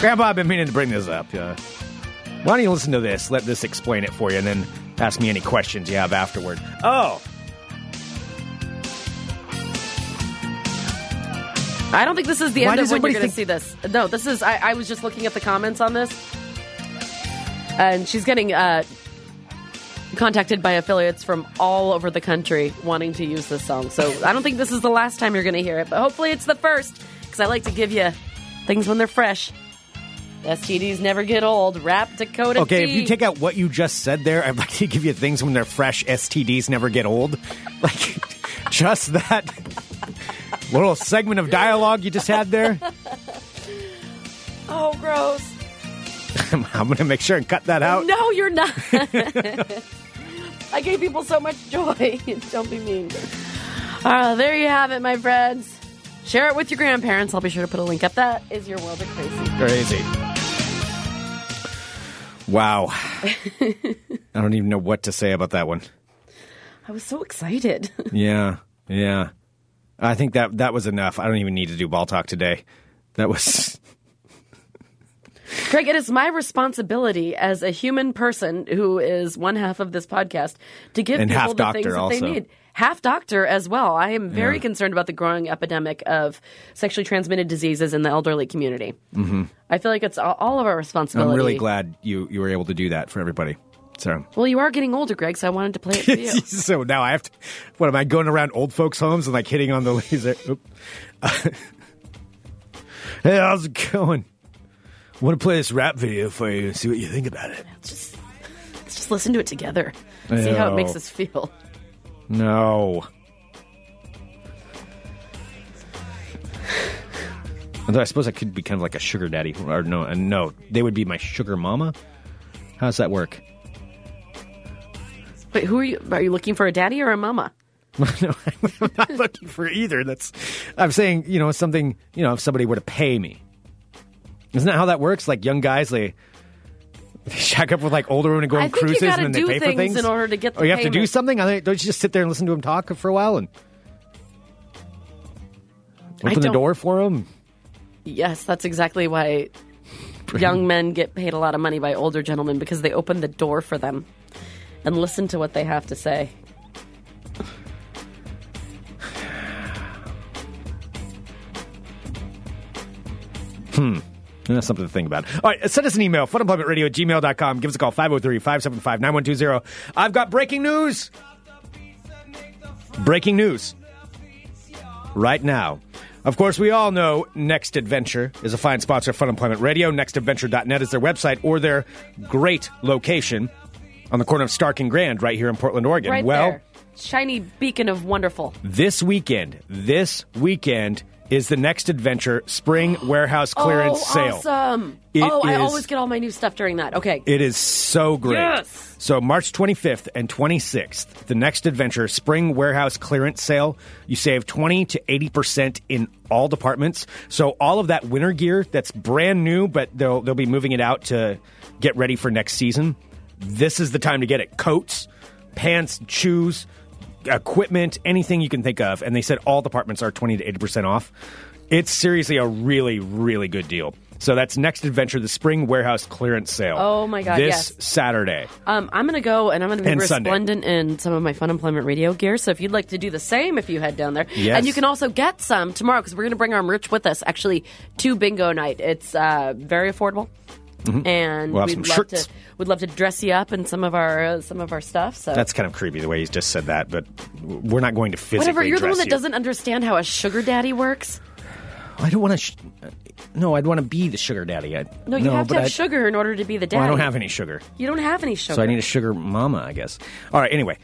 Speaker 5: Grandpa, I've been meaning to bring this up. Uh, why don't you listen to this? Let this explain it for you, and then ask me any questions you have afterward. Oh,
Speaker 6: I don't think this is the
Speaker 5: Why
Speaker 6: end of
Speaker 5: does
Speaker 6: when you're
Speaker 5: everybody
Speaker 6: going to
Speaker 5: think-
Speaker 6: see this. No, this is. I, I was just looking at the comments on this, and she's getting uh, contacted by affiliates from all over the country wanting to use this song. So I don't think this is the last time you're going to hear it, but hopefully it's the first because I like to give you things when they're fresh. STDs never get old. Rap Dakota.
Speaker 5: okay. If
Speaker 6: D.
Speaker 5: you take out what you just said there, I'd like to give you things when they're fresh. STDs never get old. Like just that little segment of dialogue you just had there.
Speaker 6: oh, gross.
Speaker 5: I'm, going to make sure and cut that out.
Speaker 6: No, you're not. I gave people so much joy. Don't be mean. Uh, there you have it, my friends. Share it with your grandparents. I'll be sure to put a link up. That is your world of crazy.
Speaker 5: Crazy. Wow. I don't even know what to say about that one.
Speaker 6: I was so excited.
Speaker 5: Yeah. Yeah. I think that that was enough. I don't even need to do ball talk today. That was
Speaker 6: Craig, it is my responsibility as a human person who is one half of this podcast to give
Speaker 5: And
Speaker 6: people
Speaker 5: half
Speaker 6: the
Speaker 5: doctor
Speaker 6: things that
Speaker 5: also.
Speaker 6: they need. Half doctor as well. I am very concerned about the growing epidemic of sexually transmitted diseases in the elderly community. Mm-hmm. I feel like it's all- all of our responsibility.
Speaker 5: I'm really glad you you were able to do that for everybody. So
Speaker 6: Well, you are getting older, Greg, so I wanted to play it for you.
Speaker 5: so now I have to. What am I going around old folks' homes and like hitting on the laser? Oop. hey, how's it going? Want to play this rap video for you and see what you think about it?
Speaker 6: Let's just, let's just listen to it together. See how it
Speaker 5: Ew.
Speaker 6: makes us feel.
Speaker 5: No. Although I suppose I could be kind of like a sugar daddy, or no, and no, they would be my sugar mama. How does that work?
Speaker 6: Wait, who are you? Are you looking for a daddy or a mama?
Speaker 5: no, I'm not looking for either. That's I'm saying, you know, something, you know, if somebody were to pay me. Isn't that how that works? Like young guys, they, they shack up with like older women and go
Speaker 6: I
Speaker 5: on
Speaker 6: think you
Speaker 5: cruises
Speaker 6: gotta
Speaker 5: and then they
Speaker 6: do
Speaker 5: pay for
Speaker 6: things
Speaker 5: things
Speaker 6: in order to get the
Speaker 5: Or you have to do
Speaker 6: payment.
Speaker 5: something. I think, don't you just sit there and listen to them talk for a while and
Speaker 6: I
Speaker 5: open the
Speaker 6: don't-
Speaker 5: door for them?
Speaker 6: Yes, that's exactly why young men get paid a lot of money by older gentlemen because they open the door for them and listen to what they have to say.
Speaker 5: That's something to think about. All right, send us an email, oh funemploymentradio at gmail.com. Give us a call, 503 575 9120. I've got breaking news. Breaking news right now. Of course, we all know Next Adventure is a fine sponsor of Fun Employment Radio. NextAdventure.net is their website or their great location on the corner of Stark and Grand right here in Portland, Oregon.
Speaker 6: Right
Speaker 5: well,
Speaker 6: there. Shiny beacon of wonderful.
Speaker 5: this weekend, this weekend is the Next Adventure Spring Warehouse Clearance
Speaker 6: oh,
Speaker 5: Sale.
Speaker 6: Awesome.
Speaker 5: It
Speaker 6: oh, I
Speaker 5: is-
Speaker 6: always get all my new stuff during that. Okay.
Speaker 5: It is so great.
Speaker 6: Yes!
Speaker 5: So March 25th and 26th, the next adventure spring warehouse clearance sale. You save 20 to 80% in all departments. So all of that winter gear that's brand new, but they'll they'll be moving it out to get ready for next season. This is the time to get it. Coats, pants, shoes, equipment, anything you can think of. And they said all departments are 20 to 80% off. It's seriously a really, really good deal. So that's Next Adventure, the Spring Warehouse Clearance Sale.
Speaker 6: Oh my God,
Speaker 5: This
Speaker 6: yes.
Speaker 5: Saturday.
Speaker 6: Um, I'm going to go and I'm going to be
Speaker 5: And Sunday.
Speaker 6: resplendent in some of my Fun Employment Radio gear. So if you'd like to do the same, if you head down there,
Speaker 5: Yes.
Speaker 6: and you can also get some tomorrow because we're going to bring our merch with us actually to bingo night. It's uh, very affordable. And
Speaker 5: Mm-hmm. We'll have
Speaker 6: would
Speaker 5: some
Speaker 6: love
Speaker 5: shirts.
Speaker 6: to would love to dress you up in some of our uh, some of our stuff. So
Speaker 5: That's kind of creepy the way he's just said that, but we're not going to physically
Speaker 6: whatever. You're the
Speaker 5: dress
Speaker 6: one that
Speaker 5: you.
Speaker 6: doesn't understand how a sugar daddy works.
Speaker 5: I don't want to. Sh- no, I'd want to be the sugar daddy. I,
Speaker 6: No, you have to
Speaker 5: but
Speaker 6: have
Speaker 5: I-
Speaker 6: sugar in order to be the daddy.
Speaker 5: Well, I don't have any sugar,
Speaker 6: You don't have any sugar.
Speaker 5: so I need a sugar mama, I guess. All right. Anyway,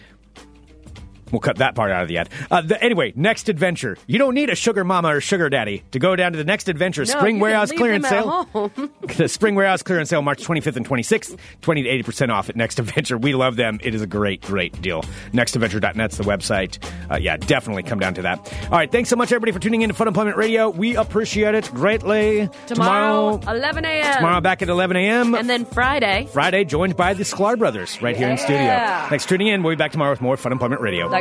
Speaker 5: we'll cut that part out of the ad. Uh, the, anyway, next adventure. You don't need a sugar mama or sugar daddy to go down to the next adventure
Speaker 6: No,
Speaker 5: spring
Speaker 6: you can
Speaker 5: warehouse
Speaker 6: leave
Speaker 5: clearance
Speaker 6: them at
Speaker 5: sale.
Speaker 6: home.
Speaker 5: the spring warehouse clearance sale march 25th and 26th 20 to 80% off at next adventure we love them it is a great great deal nextadventure.net's the website uh, yeah definitely come down to that all right thanks so much everybody for tuning in to fun employment radio we appreciate it greatly
Speaker 6: Tomorrow,
Speaker 5: tomorrow,
Speaker 6: 11 a.m.
Speaker 5: tomorrow back at 11 a.m
Speaker 6: and then Friday.
Speaker 5: friday joined by the sklar brothers right here in
Speaker 6: Yeah.
Speaker 5: studio thanks for tuning in we'll be back tomorrow with more fun employment radio
Speaker 6: Like